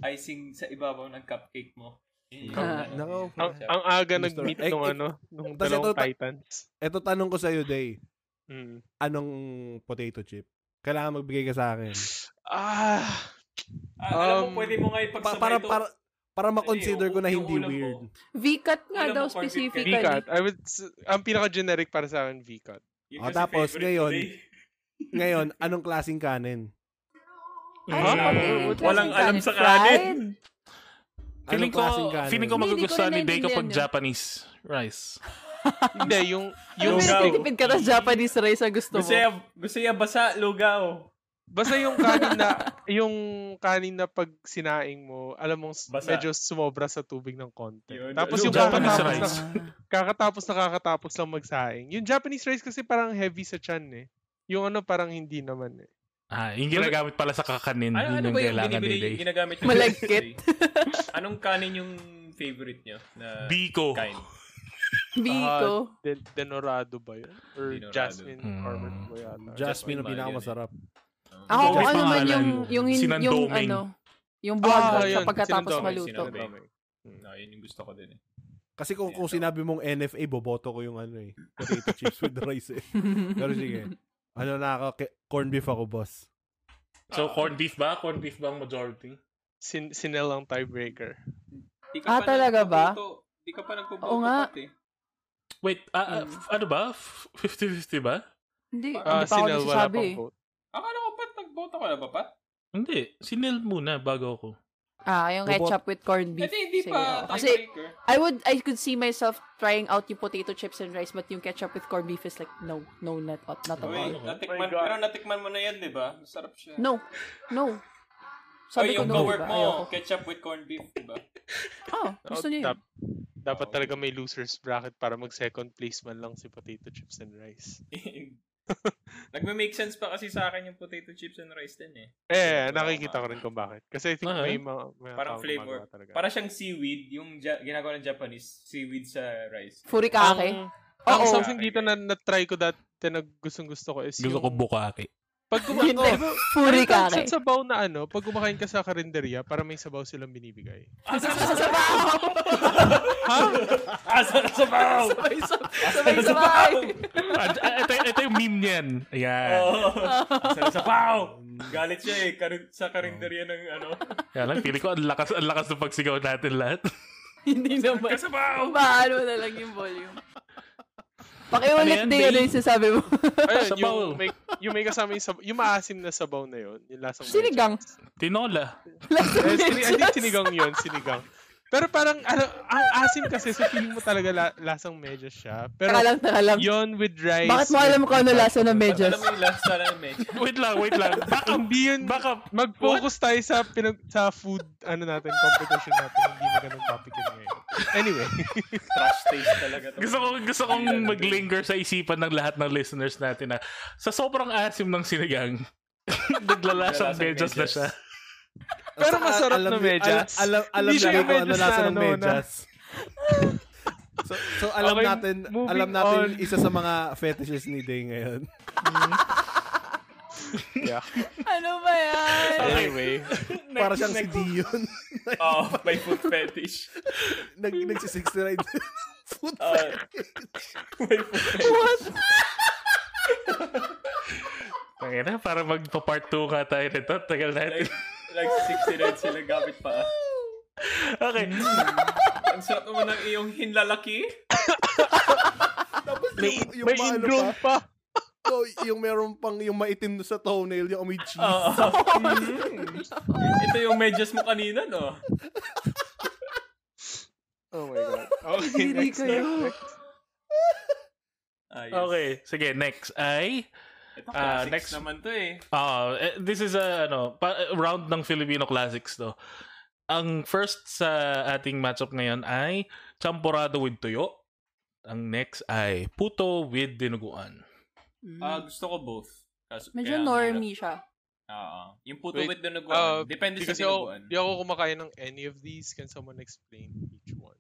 Speaker 3: icing sa ibabaw ng cupcake mo. Yun yung
Speaker 6: Ah,
Speaker 3: ano,
Speaker 1: nako.
Speaker 3: yung
Speaker 5: Ang,
Speaker 3: ketchup.
Speaker 5: ang aga
Speaker 1: Mr.
Speaker 5: nag-meet
Speaker 1: Eh,
Speaker 5: nung
Speaker 1: eh,
Speaker 5: ano, nung
Speaker 1: tas
Speaker 5: dalawang
Speaker 1: ito-
Speaker 5: titans.
Speaker 1: Eto, tanong ko sa'yo, Day,
Speaker 5: Mm.
Speaker 1: anong potato chip? Kailangan magbigay ka sa akin.
Speaker 5: Ah!
Speaker 3: Ah, alam mo,
Speaker 5: um,
Speaker 3: pwede mo nga ipagsabay
Speaker 1: Pa- para,
Speaker 3: to.
Speaker 1: para, para makonsider
Speaker 3: yung-
Speaker 1: ko na
Speaker 3: yung
Speaker 1: hindi
Speaker 3: ulam mo.
Speaker 1: weird.
Speaker 6: V-cut nga
Speaker 3: Alam
Speaker 6: daw
Speaker 3: mo, corned beef
Speaker 6: specifically.
Speaker 5: V-cut. I would, s- ang pinaka-generic para sa akin, V-cut.
Speaker 3: Yun
Speaker 1: Oh,
Speaker 3: kasi
Speaker 1: tapos
Speaker 3: favorite eh.
Speaker 1: ngayon,
Speaker 3: today.
Speaker 1: Ngayon, anong klaseng kanin?
Speaker 2: Mm.
Speaker 6: Ay, ako din.
Speaker 3: Wala- walang
Speaker 6: Klaseng
Speaker 3: alam sa
Speaker 6: fried.
Speaker 1: Anong
Speaker 2: Feeling ko,
Speaker 1: klaseng kanin?
Speaker 2: feeling ko
Speaker 6: Hindi, hindi ko
Speaker 2: magugustuhan
Speaker 6: rin
Speaker 2: ni Day kapag
Speaker 6: naintindihan yun.
Speaker 2: Japanese rice.
Speaker 5: Hindi, yung...
Speaker 6: Yung
Speaker 5: yung
Speaker 3: Lugaw.
Speaker 6: meron tipid ka ng Japanese rice na gusto mo.
Speaker 3: gusto niya, gusto niya basa, lugaw.
Speaker 5: Basta yung kanin na, yung kanin na pag sinaing mo, alam mong s-
Speaker 3: Basa.
Speaker 5: medyo sumobra sa tubig ng konti.
Speaker 3: Yun.
Speaker 5: Tapos
Speaker 2: Yung
Speaker 5: yung
Speaker 2: Japanese
Speaker 5: kakatapos
Speaker 2: rice.
Speaker 5: na, kakatapos na kakatapos lang magsaing. Yung Japanese rice kasi parang heavy sa chan eh. Yung ano parang hindi naman eh.
Speaker 2: Ah, yung ginagamit pala sa kakanin. yun
Speaker 3: Ano, ano
Speaker 2: yung
Speaker 3: ba yung
Speaker 2: kailangan ni Day.
Speaker 3: binibili, ginagamit niyo?
Speaker 6: Malagkit.
Speaker 3: Anong kanin yung favorite niyo? Na
Speaker 2: Biko.
Speaker 3: Kind.
Speaker 6: Biko.
Speaker 5: Den- Denorado ba yun? Or
Speaker 3: Denorado.
Speaker 5: Jasmine
Speaker 2: Hmm.
Speaker 5: Carmen ba yata?
Speaker 1: Jasmine ang
Speaker 3: Jasmine
Speaker 1: pinakamasarap.
Speaker 2: Ikaw,
Speaker 6: Ako kung
Speaker 2: may
Speaker 6: ano man
Speaker 2: pangalan.
Speaker 6: yung, yung, yung, yung
Speaker 2: Sinandoming.
Speaker 6: ano, yung buwag
Speaker 5: Ah, yun.
Speaker 6: sa pagkatapos
Speaker 5: Sinandoming,
Speaker 6: maluto.
Speaker 3: sinandoming.
Speaker 5: sinandoming.
Speaker 3: No, yun Hmm, yung gusto ko din eh.
Speaker 1: Kasi kung, kung sinabi mong NFA, boboto ko yung ano eh. Potato chips with rice eh. Pero sige. Ano na ako, ke- corned beef ako, boss.
Speaker 2: So, corned beef ba? Corned beef ba ang majority?
Speaker 5: Sin- sinel ang tiebreaker.
Speaker 3: Di ka
Speaker 6: Ah,
Speaker 3: pa
Speaker 6: talaga ba?
Speaker 3: nagpaputo- Di ka pa eh. nagpaputo.
Speaker 6: Oo nga.
Speaker 3: pati.
Speaker 2: Wait, ah, ah, f- ano ba? F- 50-50 ba?
Speaker 6: Hindi, hindi pa
Speaker 5: Ah,
Speaker 6: ako
Speaker 5: sinel, wala
Speaker 6: nagsasabi
Speaker 5: pang
Speaker 6: eh.
Speaker 5: vote.
Speaker 3: Akala ko ba't nagboto ka na ba, Pat?
Speaker 2: Hindi. Sinil muna bago ako.
Speaker 6: Ah, yung
Speaker 1: Bubot.
Speaker 6: ketchup with corned beef.
Speaker 3: Hindi, hindi
Speaker 6: Sige,
Speaker 3: pa.
Speaker 6: oo. Kasi
Speaker 3: tiebreaker.
Speaker 6: I would, I could see myself trying out yung potato chips and rice, but yung ketchup with corned beef is like, no, no, not, not, not at
Speaker 3: Wait,
Speaker 6: all.
Speaker 3: natikman, pero natikman mo na yan, di ba? Masarap siya.
Speaker 6: No, no.
Speaker 3: Sabi
Speaker 6: Sabi
Speaker 3: yung
Speaker 6: ko no,
Speaker 3: co-work
Speaker 6: diba?
Speaker 3: mo,
Speaker 6: Ayoko.
Speaker 3: ketchup with corned beef, di ba?
Speaker 6: Oh, gusto niya yun.
Speaker 5: Dap- dapat
Speaker 3: Oo.
Speaker 5: talaga may losers bracket para mag second place man lang si potato chips and rice.
Speaker 3: Nagme-make sense pa kasi sa akin yung potato chips and rice din eh.
Speaker 5: Eh,
Speaker 3: Wala
Speaker 5: nakikita
Speaker 3: akong-
Speaker 5: ko rin kung bakit. Kasi I think
Speaker 2: Ah,
Speaker 6: Uh-huh.
Speaker 2: eh?
Speaker 5: may mga, may mga
Speaker 3: Parang
Speaker 5: taong
Speaker 3: flavor.
Speaker 5: gumagawa Talaga.
Speaker 3: Para siyang seaweed, yung ja- ginagawa ng Japanese, seaweed sa rice.
Speaker 6: Furikake.
Speaker 5: Ang
Speaker 6: Oo.
Speaker 5: something dito na na-try ko dati na gustong gusto ko is
Speaker 2: Gusto ko
Speaker 5: yung
Speaker 2: bukake.
Speaker 5: Pag kumakain,
Speaker 6: Yun na, Puri ka kay.
Speaker 5: sa sabaw na ano, pag kumakain ka sa karinderya, para may sabaw silang binibigay.
Speaker 2: Asa na Ah, sa baw?
Speaker 6: Sabay-sabay.
Speaker 2: Ah, Ito, ito yung meme niyan. Ayan.
Speaker 3: Oo. Sa sa pow! Galit siya eh. Karin, sa karinderya ng ano.
Speaker 2: Kaya lang, pili ko, ang lakas, ang lakas ng pagsigaw natin lahat.
Speaker 6: Hindi naman.
Speaker 2: Kasabaw!
Speaker 6: Paano na lang yung volume. Pakiulit
Speaker 2: Ano yan,
Speaker 6: din yun
Speaker 2: Dale?
Speaker 6: yung sinasabi mo.
Speaker 5: Ayun,
Speaker 2: Sabaw.
Speaker 5: yung may, yung may kasama yung sabaw, yung maasim na sabaw na yun, yung lasang
Speaker 6: Sinigang.
Speaker 2: Tinola.
Speaker 6: Lasa
Speaker 5: Eh, sini- I think sinigang yun, sinigang. Pero parang, ano, ang asim kasi, so feeling mo talaga la- lasang medyo siya. Pero
Speaker 6: Taka lang, taka lang.
Speaker 5: yun with rice.
Speaker 6: Bakit mo alam
Speaker 5: with
Speaker 6: ko ano
Speaker 5: patatas.
Speaker 6: lasa ng medyas?
Speaker 3: Alam mo yung last sana yung medyo.
Speaker 2: Wait lang, wait lang. Baka,
Speaker 5: Hindi yun,
Speaker 2: baka,
Speaker 5: mag-focus tayo sa, pinag- sa food, ano natin, competition natin. Hindi magandang topic yun ngayon. Anyway.
Speaker 3: Trash taste talaga. to.
Speaker 2: gusto ko gusto kong maglinger sa isipan ng lahat ng listeners natin na sa sobrang asim ng sinigang, naglalasang
Speaker 3: Naglalasang
Speaker 2: medyas na
Speaker 3: medyas.
Speaker 2: siya.
Speaker 5: Pero
Speaker 1: Saka
Speaker 5: masarap
Speaker 1: alam
Speaker 5: na
Speaker 1: ni-
Speaker 5: medyas.
Speaker 1: Alam, alam, alam
Speaker 5: Hindi siya
Speaker 1: namin
Speaker 5: yung
Speaker 1: kung ano
Speaker 5: medyas
Speaker 1: lasa
Speaker 5: na
Speaker 1: ng
Speaker 5: ano, na-
Speaker 1: medyas. so, so alam
Speaker 5: Okay,
Speaker 1: natin,
Speaker 5: moving
Speaker 1: alam natin
Speaker 5: on.
Speaker 1: isa sa mga fetishes ni Day ngayon.
Speaker 5: Yeah.
Speaker 6: Ano ba yan?
Speaker 5: Anyway.
Speaker 1: Para siyang si Dion.
Speaker 3: Oo, ah, may food fetish.
Speaker 1: Nag, Nagsi-69 food
Speaker 3: Ah.
Speaker 1: fetish.
Speaker 3: May food fetish.
Speaker 2: Tangina, para magpa-part 2 nga tayo nito. Tagal natin.
Speaker 3: Like 69 sila gamit pa.
Speaker 2: Okay.
Speaker 3: Ang sarap naman ng iyong hinlalaki.
Speaker 1: Tapos
Speaker 5: May,
Speaker 1: yung, yung
Speaker 5: may
Speaker 1: maano
Speaker 5: ingrown
Speaker 1: pa,
Speaker 5: pa.
Speaker 1: oh, yung meron pang yung maitim sa toenail, yung may cheese.
Speaker 3: Oo. Ah, Mm-hmm. Ito yung medyas mo kanina, no?
Speaker 5: Oh my God. Okay,
Speaker 6: Hindi
Speaker 5: next,
Speaker 6: kayo.
Speaker 5: next, next.
Speaker 3: Ayos.
Speaker 2: Okay. Sige, next ay
Speaker 3: Ah, Ito,
Speaker 2: Ah,
Speaker 3: classics
Speaker 2: next.
Speaker 3: naman to eh.
Speaker 2: ah eh, this is a ano, pa- round ng Filipino classics to. Ang first sa ating matchup ngayon ay champorado with tuyo. Ang next ay puto with dinuguan.
Speaker 3: Ah, gusto ko both. Kaso, kaya
Speaker 6: Medyo
Speaker 3: ang
Speaker 6: normie siya.
Speaker 3: hirap. Oo. Yung puto
Speaker 5: Wait,
Speaker 3: with
Speaker 5: ah,
Speaker 3: dinuguan. Depende
Speaker 5: Hindi
Speaker 3: sa
Speaker 5: kasi ako,
Speaker 3: dinuguan.
Speaker 5: di ako kumakain ng any of these. Can someone explain each one?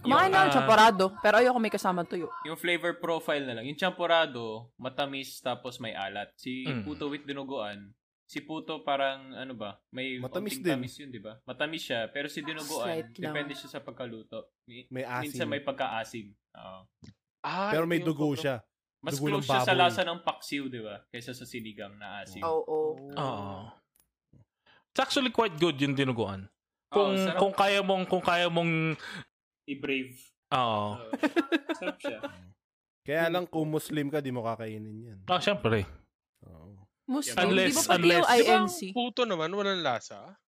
Speaker 6: Kumain
Speaker 2: ah.
Speaker 6: na ako chaparado, pero ayoko may kasama tuyo.
Speaker 3: Yung flavor profile na lang. Yung champorado, matamis tapos may alat. Si
Speaker 2: Mm.
Speaker 3: puto with dinuguan, si puto parang ano ba, may
Speaker 1: Matamis
Speaker 3: konting
Speaker 1: din.
Speaker 3: tamis yun, di ba? Matamis siya, pero si dinuguan,
Speaker 6: Ah, Slight lang.
Speaker 3: depende siya sa pagkaluto. Mi-
Speaker 1: May asin.
Speaker 3: Minsan may pagkaasim. Oo.
Speaker 5: Ah,
Speaker 1: Pero may
Speaker 5: ito yung
Speaker 1: dugo
Speaker 5: pagka-
Speaker 1: siya.
Speaker 3: Mas
Speaker 1: Dugo ng
Speaker 3: close siya sa
Speaker 1: baboy.
Speaker 3: lasa ng paksiw, di ba? Kaysa sa sinigang na asim.
Speaker 6: Oo.
Speaker 2: Oo. It's actually quite good yung dinuguan.
Speaker 3: Oo,
Speaker 2: Kung
Speaker 3: sarap.
Speaker 2: kung kaya mong kung kaya mong
Speaker 3: I-brave.
Speaker 1: Oh.
Speaker 2: oo.
Speaker 3: Oo. sarap siya.
Speaker 1: Kaya lang kung Muslim ka, di mo kakainin yan.
Speaker 2: Ah, syempre.
Speaker 1: Oo.
Speaker 6: Muslim.
Speaker 2: Unless-
Speaker 6: Di ba pati
Speaker 2: unless-
Speaker 6: yung
Speaker 5: Di ba ang
Speaker 6: INC?
Speaker 5: puto naman, walang lasa.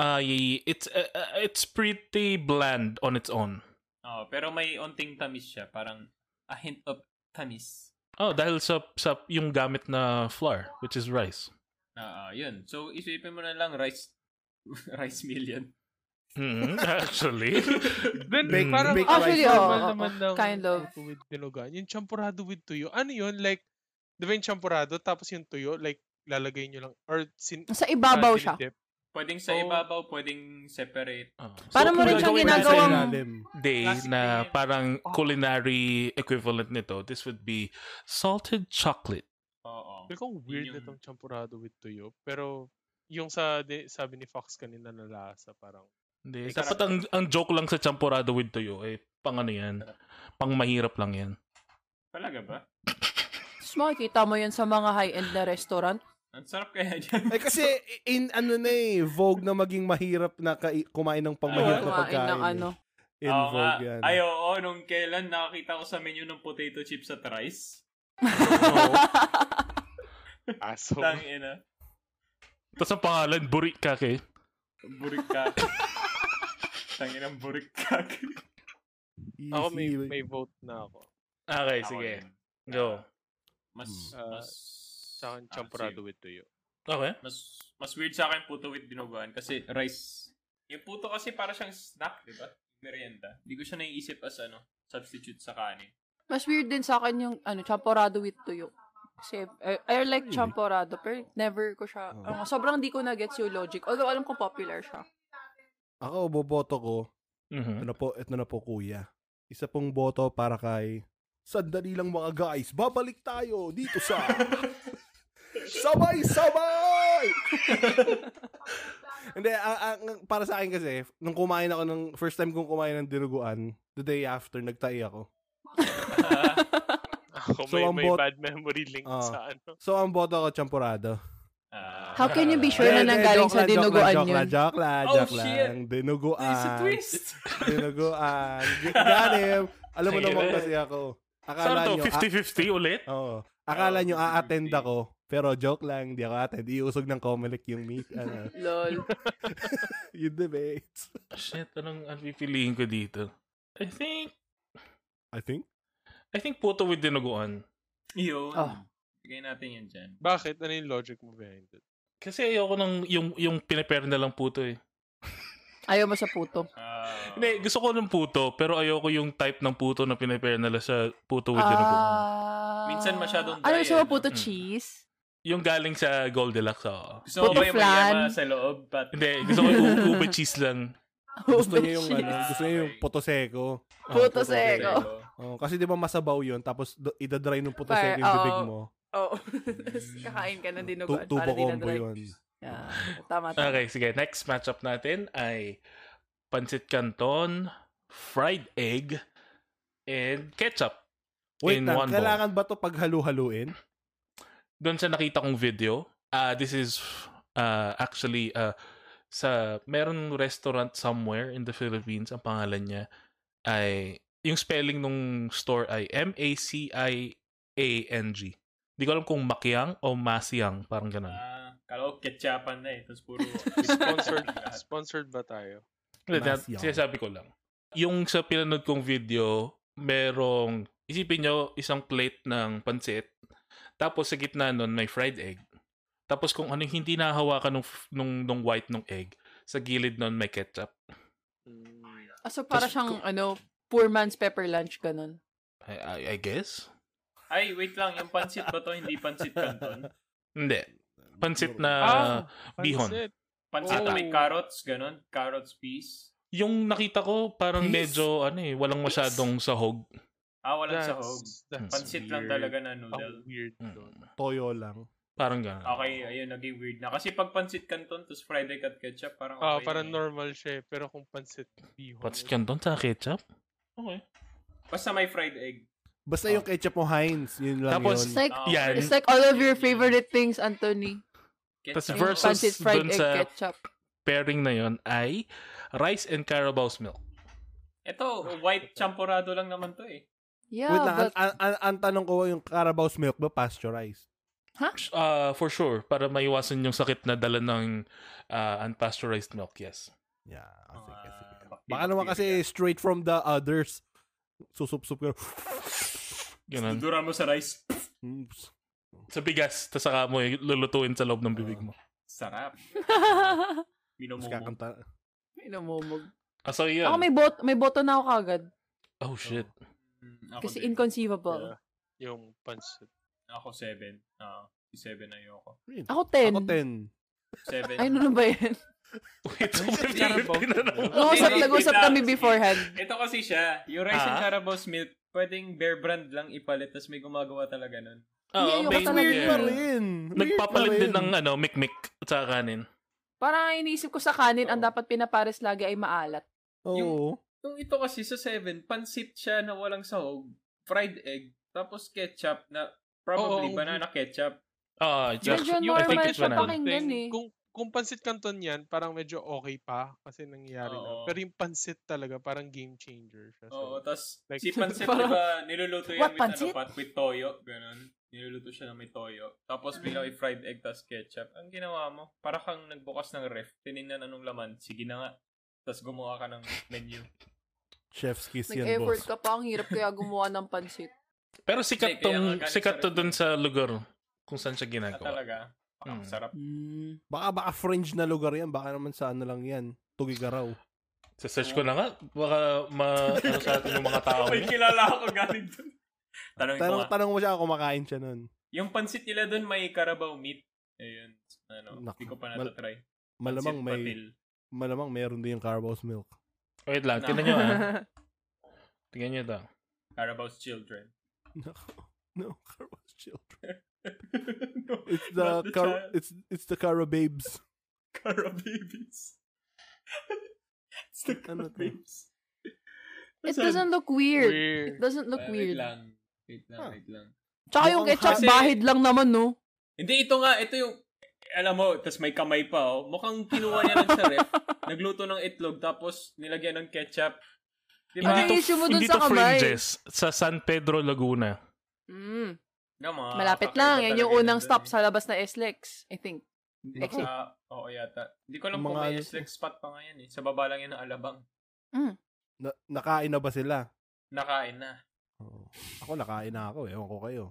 Speaker 2: Ay, it's uh, uh, it's pretty bland on its own.
Speaker 3: Oo, pero may onting tamis siya. Parang a hint of tamis.
Speaker 2: Oh, dahil sa sa yung gamit na flour, which is rice.
Speaker 3: Oo, yun. So, isipin mo na lang rice rice meal yan.
Speaker 2: Mhm, actually.
Speaker 5: Then,
Speaker 2: Baked-
Speaker 5: parang
Speaker 1: baked
Speaker 5: actually,
Speaker 6: rice.
Speaker 5: normal
Speaker 6: Oo, oo,
Speaker 5: naman
Speaker 6: oo.
Speaker 5: ng
Speaker 6: Kind of.
Speaker 5: puto with dinuguan. Yung champurado with tuyo, ano yun? Like, di ba yung champurado, tapos yung tuyo, like, lalagay nyo lang, or sin,
Speaker 6: Sa ibabaw
Speaker 5: ah,
Speaker 6: siya.
Speaker 5: dinidip.
Speaker 3: Pwedeng sa
Speaker 5: Oh.
Speaker 3: ibabaw, pwedeng separate.
Speaker 2: Oh.
Speaker 6: Parang mo Ano rin
Speaker 2: kung
Speaker 6: siyang
Speaker 2: gagawin
Speaker 1: Nasa
Speaker 6: ginagawang-
Speaker 2: natin
Speaker 1: ilalim.
Speaker 2: day Oh.
Speaker 3: Classic
Speaker 2: na
Speaker 3: na yun.
Speaker 2: parang culinary equivalent nito. This would be salted chocolate.
Speaker 3: Oo.
Speaker 5: Feel ko weird
Speaker 3: Yun
Speaker 5: na
Speaker 3: yung-
Speaker 5: tong champurado with tuyo, pero yung sa di, sabi ni Fox kanina na lasa, parang,
Speaker 2: Hindi,
Speaker 5: May
Speaker 2: dapat ang, ang joke lang sa champorado with tuyo eh pang ano 'yan. Pang mahirap lang 'yan.
Speaker 3: Talaga ba?
Speaker 6: Tapos makikita mo yun sa mga high-end na restaurant.
Speaker 3: Ang sarap kaya dyan.
Speaker 1: Eh kasi in ano na eh, vogue na maging mahirap na kai- kumain ng pangmahirap na
Speaker 6: Kumain
Speaker 1: pagkain.
Speaker 6: ng
Speaker 1: eh.
Speaker 6: ano.
Speaker 1: In
Speaker 3: Oo nga.
Speaker 1: vogue yan.
Speaker 3: Ay, oo. Nung kailan nakakita ko sa menu ng potato chips at rice.
Speaker 5: aso.
Speaker 3: Tangin na.
Speaker 2: Tapos ang pangalan, Burik Kake.
Speaker 3: Burik ka. Tangin ang burik ka.
Speaker 1: Easy.
Speaker 5: ako may, may vote na ako.
Speaker 2: Okay,
Speaker 3: Ako
Speaker 2: sige.
Speaker 3: yun.
Speaker 2: Go.
Speaker 3: Mas,
Speaker 5: Ah,
Speaker 3: mas...
Speaker 5: Sa akin,
Speaker 3: ah,
Speaker 5: champurado
Speaker 3: sige.
Speaker 5: with tuyo.
Speaker 2: Okay.
Speaker 3: Mas, mas weird sa akin puto with dinuguan kasi rice. Yung puto kasi para siyang snack, di ba? Merienda. Hindi ko siya naiisip as ano, substitute sa kanin.
Speaker 6: Mas weird din sa akin yung ano, champorado with tuyo. Kasi, I, I like champorado, pero never ko siya,
Speaker 1: Oh.
Speaker 6: ano, sobrang di ko na-gets yung logic. Although, alam ko popular siya.
Speaker 1: Ako, boboto ko. Ito
Speaker 2: Mhm.
Speaker 1: na po, ito na po kuya. Isa pong boto para kay Sandali lang mga guys, babalik tayo dito sa Sabay! Sabay! Hindi, ang- ang- ang- para sa akin kasi, nung kumain ako ng, first time kong kumain ng dinuguan, the day after, nagtai ako.
Speaker 5: Ako
Speaker 1: So,
Speaker 5: may,
Speaker 1: ang
Speaker 5: may
Speaker 1: bot-
Speaker 5: bad memory link
Speaker 1: Ah.
Speaker 5: sa ano.
Speaker 1: So, ang boto ko, champurado.
Speaker 3: Ah.
Speaker 6: How can you be sure
Speaker 1: Hindi, hindi,
Speaker 6: na nanggaling
Speaker 1: joke
Speaker 6: sa
Speaker 1: lang, joke lang,
Speaker 6: dinuguan
Speaker 1: joke
Speaker 6: yun?
Speaker 1: lang, Joke lang,
Speaker 3: Oh,
Speaker 1: joke
Speaker 3: shit.
Speaker 1: lang. Dinuguan.
Speaker 3: There's a twist!
Speaker 1: Dinuguan. Ganim. Alam mo
Speaker 2: Sige.
Speaker 1: naman kasi ako. Akala
Speaker 2: Saan to?
Speaker 1: nyo, ah, a-
Speaker 2: 50-50 ulit?
Speaker 1: oo. akala
Speaker 3: Oo,
Speaker 1: nyo
Speaker 3: 50-50.
Speaker 1: a-attend ako. Pero joke lang, hindi ako attend. Iusog ng Comelec yung meet. Ano,
Speaker 6: Lol.
Speaker 1: yung debates.
Speaker 2: Shit, anong anong pipiliin ko dito? I think,
Speaker 1: I think.
Speaker 2: I think puto with dinuguan.
Speaker 3: Yun.
Speaker 6: Oh.
Speaker 3: Bigay natin yun dyan.
Speaker 5: Bakit? Ano yung logic mo behind it?
Speaker 2: Kasi ayoko ng yung, yung pinepare na lang puto eh.
Speaker 6: Ayaw mo sa puto.
Speaker 3: Ah.
Speaker 2: Hindi, gusto ko ng puto, pero ayoko yung type ng puto na pinepare na lang sa puto with dinuguan.
Speaker 6: Ah.
Speaker 3: Minsan masyadong
Speaker 6: Ano
Speaker 3: dry
Speaker 6: gusto mo
Speaker 3: yan,
Speaker 6: puto
Speaker 2: no? Mm.
Speaker 6: cheese?
Speaker 2: Yung galing sa Goldilocks, oo.
Speaker 3: Gusto mo
Speaker 6: Puto
Speaker 3: ba yung
Speaker 6: flan.
Speaker 3: mayama sa loob? Pat?
Speaker 2: Hindi, gusto ko yung u- ube cheese lang.
Speaker 6: Oh
Speaker 1: Gusto niya yung,
Speaker 6: Cheese.
Speaker 1: ano, gusto niya yung puto seco. Ah,
Speaker 6: Puto
Speaker 1: seco.
Speaker 6: seco.
Speaker 1: Oo, kasi di ba masabaw yun, tapos do, idadry ng puto
Speaker 6: Par-
Speaker 1: seco yung bibig
Speaker 6: oo.
Speaker 1: mo.
Speaker 6: Oh. Kakain ka ng ano, dinuguan
Speaker 1: Tu- tubo
Speaker 6: para di
Speaker 1: combo
Speaker 6: na-dry.
Speaker 1: yun.
Speaker 6: Yeah. Tama, tama.
Speaker 2: Okay, sige. Next matchup natin ay pancit canton, fried egg, and ketchup.
Speaker 1: Wait
Speaker 2: in
Speaker 1: lang,
Speaker 2: one bowl.
Speaker 1: kailangan ba to paghalu-haluin?
Speaker 2: doon sa nakita kong video, ah this is ah, actually ah, sa meron restaurant somewhere in the Philippines, ang pangalan niya ay yung spelling nung store ay M A C I A N G. Hindi ko alam kung Makiang o Masiang, parang ganun.
Speaker 3: Ah, kala ko ketchupan na eh. Tapos puro
Speaker 5: Sponsored, sponsored ba tayo?
Speaker 2: Hindi, na-
Speaker 1: Masiang.
Speaker 2: Sinasabi ko lang. Yung sa pinanood kong video, merong, isipin nyo, isang plate ng pancit. Tapos sa gitna nun, may fried egg. Tapos kung anong hindi nahawakan nung, nung, nung white nung egg, sa gilid nun may ketchup.
Speaker 6: Ah, so para
Speaker 2: Tas-
Speaker 6: siyang, ano, poor man's pepper lunch, ganun.
Speaker 2: I, I, I guess?
Speaker 3: Ay, wait lang. Yung pancit ba to? Hindi pancit canton.
Speaker 2: Hindi. Pansit na...
Speaker 5: Ah.
Speaker 6: Ah,
Speaker 2: bihon.
Speaker 5: pansit.
Speaker 3: Pancit na
Speaker 5: Oh.
Speaker 3: may carrots, ganun. Carrots piece.
Speaker 2: Yung nakita ko, parang
Speaker 1: Please?
Speaker 2: medyo, ano eh, walang masyadong sahog.
Speaker 3: Ah, walang
Speaker 5: That's-
Speaker 3: sahog.
Speaker 6: Hmm.
Speaker 5: that's
Speaker 3: Pancit lang
Speaker 5: weird.
Speaker 3: talaga na
Speaker 5: Ang
Speaker 3: noodle.
Speaker 5: weird
Speaker 2: Mm.
Speaker 5: nun.
Speaker 1: Toyo lang.
Speaker 2: Parang ganun.
Speaker 3: Okay, ayun, naging weird na. Kasi pag pancit canton, tapos fried egg at ketchup, parang okay.
Speaker 5: Ah,
Speaker 3: na
Speaker 5: parang
Speaker 3: eh.
Speaker 5: normal siya eh, pero kung pancit bihon.
Speaker 2: Pansit canton sa ketchup? Okay.
Speaker 3: Basta may fried egg.
Speaker 1: Basta yung ketchup mo Heinz, yun lang yun.
Speaker 2: Tapos-
Speaker 6: It's like,
Speaker 3: Ah,
Speaker 2: Yan.
Speaker 6: it's like all of your favorite things, Anthony.
Speaker 2: Tas
Speaker 3: Ketchup.
Speaker 2: versus-
Speaker 6: Pancit fried
Speaker 2: dun
Speaker 6: egg
Speaker 2: sa-
Speaker 6: ketchup.
Speaker 2: Pairing na yon ay rice and Carabao's milk.
Speaker 3: Ito, white champorado lang naman to eh.
Speaker 6: Yeah,
Speaker 1: Wait lang, ang-
Speaker 6: but...
Speaker 1: ang, ang, ang tanong ko yung Carabao's milk ba pasteurized?
Speaker 2: Uh, for sure, para maiwasan yung sakit na dala ng ah, unpasteurized milk, yes.
Speaker 1: Yeah, ah, sige,
Speaker 3: Ah,
Speaker 1: sige.
Speaker 3: bakit-
Speaker 1: Baka naman kasi straight from the others. Susup-sup ko.
Speaker 2: Ganun.
Speaker 3: Dudura mo sa rice.
Speaker 1: Oops.
Speaker 2: Sa bigas, tas saka mo eh, lulutuin sa loob ng bibig mo.
Speaker 3: Sarap.
Speaker 1: Tapos
Speaker 3: Minumumo.
Speaker 1: kakanta.
Speaker 6: Inamumog.
Speaker 2: Ah, so yun.
Speaker 6: Ako Oh, may, bot may boto na ako kagad.
Speaker 2: Oh, shit.
Speaker 3: Mm, ako
Speaker 6: Kasi
Speaker 3: din.
Speaker 6: inconceivable.
Speaker 5: Yeah, yung pancit.
Speaker 3: Ako seven. Ah, si seven ayoko.
Speaker 1: Ayun.
Speaker 6: Ako 10.
Speaker 1: Ako 10.
Speaker 3: Seven.
Speaker 6: Ay, ano na ba yan?
Speaker 2: Wait, so may tinanong.
Speaker 6: Nag-usap,
Speaker 3: Wait,
Speaker 6: nag-usap
Speaker 3: wait lang.
Speaker 6: kami beforehand.
Speaker 3: Ito kasi siya, yung Rice
Speaker 2: Ah.
Speaker 3: and Carabao's Milk, pwedeng bear brand lang ipalit, tas may gumagawa talaga nun.
Speaker 2: Oo,
Speaker 6: Hindi, ayoko
Speaker 2: Ah, may-
Speaker 6: talaga
Speaker 1: Weird
Speaker 6: Yeah.
Speaker 1: pa rin. Weird
Speaker 2: Nagpapalit
Speaker 1: pa rin.
Speaker 2: din ng ano, mikmik sa kanin.
Speaker 6: Parang iniisip ko sa kanin, ang dapat pinapares lagi ay maalat.
Speaker 1: Oo.
Speaker 3: Yung ito kasi sa seven, pansit siya na walang sahog, fried egg, tapos ketchup na probably
Speaker 5: Oo, oo.
Speaker 3: banana ketchup.
Speaker 2: Ah, it's
Speaker 6: Medyo
Speaker 2: actually- I
Speaker 6: normal
Speaker 2: think it's
Speaker 6: siya
Speaker 2: banana.
Speaker 6: pakinggan. Pakinggan eh.
Speaker 5: Kung, kung pancit canton yan, parang medyo okay pa kasi nangyayari
Speaker 3: Oo.
Speaker 5: na. Pero yung pancit talaga, parang game changer siya. So,
Speaker 3: Oo, tas
Speaker 5: Like-
Speaker 3: si pansit
Speaker 6: Parang-
Speaker 3: diba, niluluto yan
Speaker 6: What,
Speaker 3: with,
Speaker 6: pansit?
Speaker 3: ano, pat, with toyo, ganun. Niluluto siya na may toyo. Tapos bigla may fried egg, tas ketchup. Ang ginawa mo, para kang nagbukas ng ref, tinignan anong laman, sige na nga. Tapos gumawa ka ng menu.
Speaker 1: Chef's kiss yan,
Speaker 6: Nag-effort
Speaker 1: boss.
Speaker 6: ka pa, ang hirap kaya gumawa ng pansit.
Speaker 2: Pero sikat,
Speaker 3: Hindi, kaya
Speaker 2: tong,
Speaker 3: nga galing
Speaker 2: sikat
Speaker 3: sa
Speaker 2: to dun sa lugar kung saan siya
Speaker 3: Na
Speaker 2: ginagawa.
Speaker 3: Ah, talaga,
Speaker 2: Mm.
Speaker 1: Hmm.
Speaker 3: ang sarap.
Speaker 1: Baka baka fringe na lugar yan. Baka naman sa ano lang yan. Tugigaraw.
Speaker 2: Sa search ko na nga, baka ma, ano sa atin yung mga tao.
Speaker 3: May
Speaker 2: niya.
Speaker 3: kilala ako galing doon. Tanongin ko
Speaker 1: Tanong,
Speaker 3: nga.
Speaker 1: tanong mo siya kung kumakain siya nun.
Speaker 3: Yung pansit nila doon may Carabao meat. Ayun. Ano,
Speaker 1: Naku,
Speaker 3: hindi ko pa
Speaker 1: mal-
Speaker 3: natatry.
Speaker 1: Malamang
Speaker 3: Pansit
Speaker 1: may
Speaker 3: patil.
Speaker 1: malamang meron din yung Carabao's milk.
Speaker 2: Wait lang,
Speaker 3: Na-
Speaker 2: tingnan nyo ah. Tingnan nyo ito.
Speaker 3: Carabao's children.
Speaker 1: No, no Carabao's children.
Speaker 3: no,
Speaker 1: It's the,
Speaker 3: Not the
Speaker 1: car-
Speaker 3: child.
Speaker 1: it's it's the Cara Babes.
Speaker 3: Cara babies. it's the
Speaker 1: Ano
Speaker 3: Cara
Speaker 1: to?
Speaker 3: babies.
Speaker 6: It doesn't look weird. It
Speaker 5: Weird.
Speaker 6: doesn't look
Speaker 3: Ah, Wait
Speaker 6: weird.
Speaker 3: lang. Wait lang,
Speaker 1: Ah.
Speaker 3: wait lang.
Speaker 6: Tsaka yung
Speaker 1: Mukhang
Speaker 6: ketchup,
Speaker 3: kasi-
Speaker 6: bahid lang naman, no?
Speaker 3: Hindi, ito nga, ito yung, alam mo, tas may kamay pa, oh. Mukhang kinuha niya lang sa ref. nagluto ng itlog, tapos nilagyan ng ketchup. Di ba?
Speaker 6: Hindi to- Ano issue mo dun
Speaker 2: Diba? hindi
Speaker 6: sa
Speaker 2: to
Speaker 6: kamay.
Speaker 2: fringes. Sa San Pedro, Laguna.
Speaker 6: Mm.
Speaker 3: Nga, mga
Speaker 6: Malapit
Speaker 3: Ah, kakaiba
Speaker 6: lang. Yan yung
Speaker 3: talaga
Speaker 6: unang
Speaker 3: dun,
Speaker 6: stop
Speaker 3: eh.
Speaker 6: sa labas na SLEX, I think.
Speaker 3: Hindi
Speaker 6: Exit.
Speaker 3: ka- Ah, oo, yata. Hindi ko alam
Speaker 1: Mga
Speaker 3: kung may
Speaker 1: ano-
Speaker 3: SLEX spot pa nga yan eh. Sa baba lang yan ng alabang.
Speaker 1: Na- nakain na ba sila?
Speaker 3: Nakain na.
Speaker 1: Oo. Ako nakain na ako eh. Ewan ko kayo.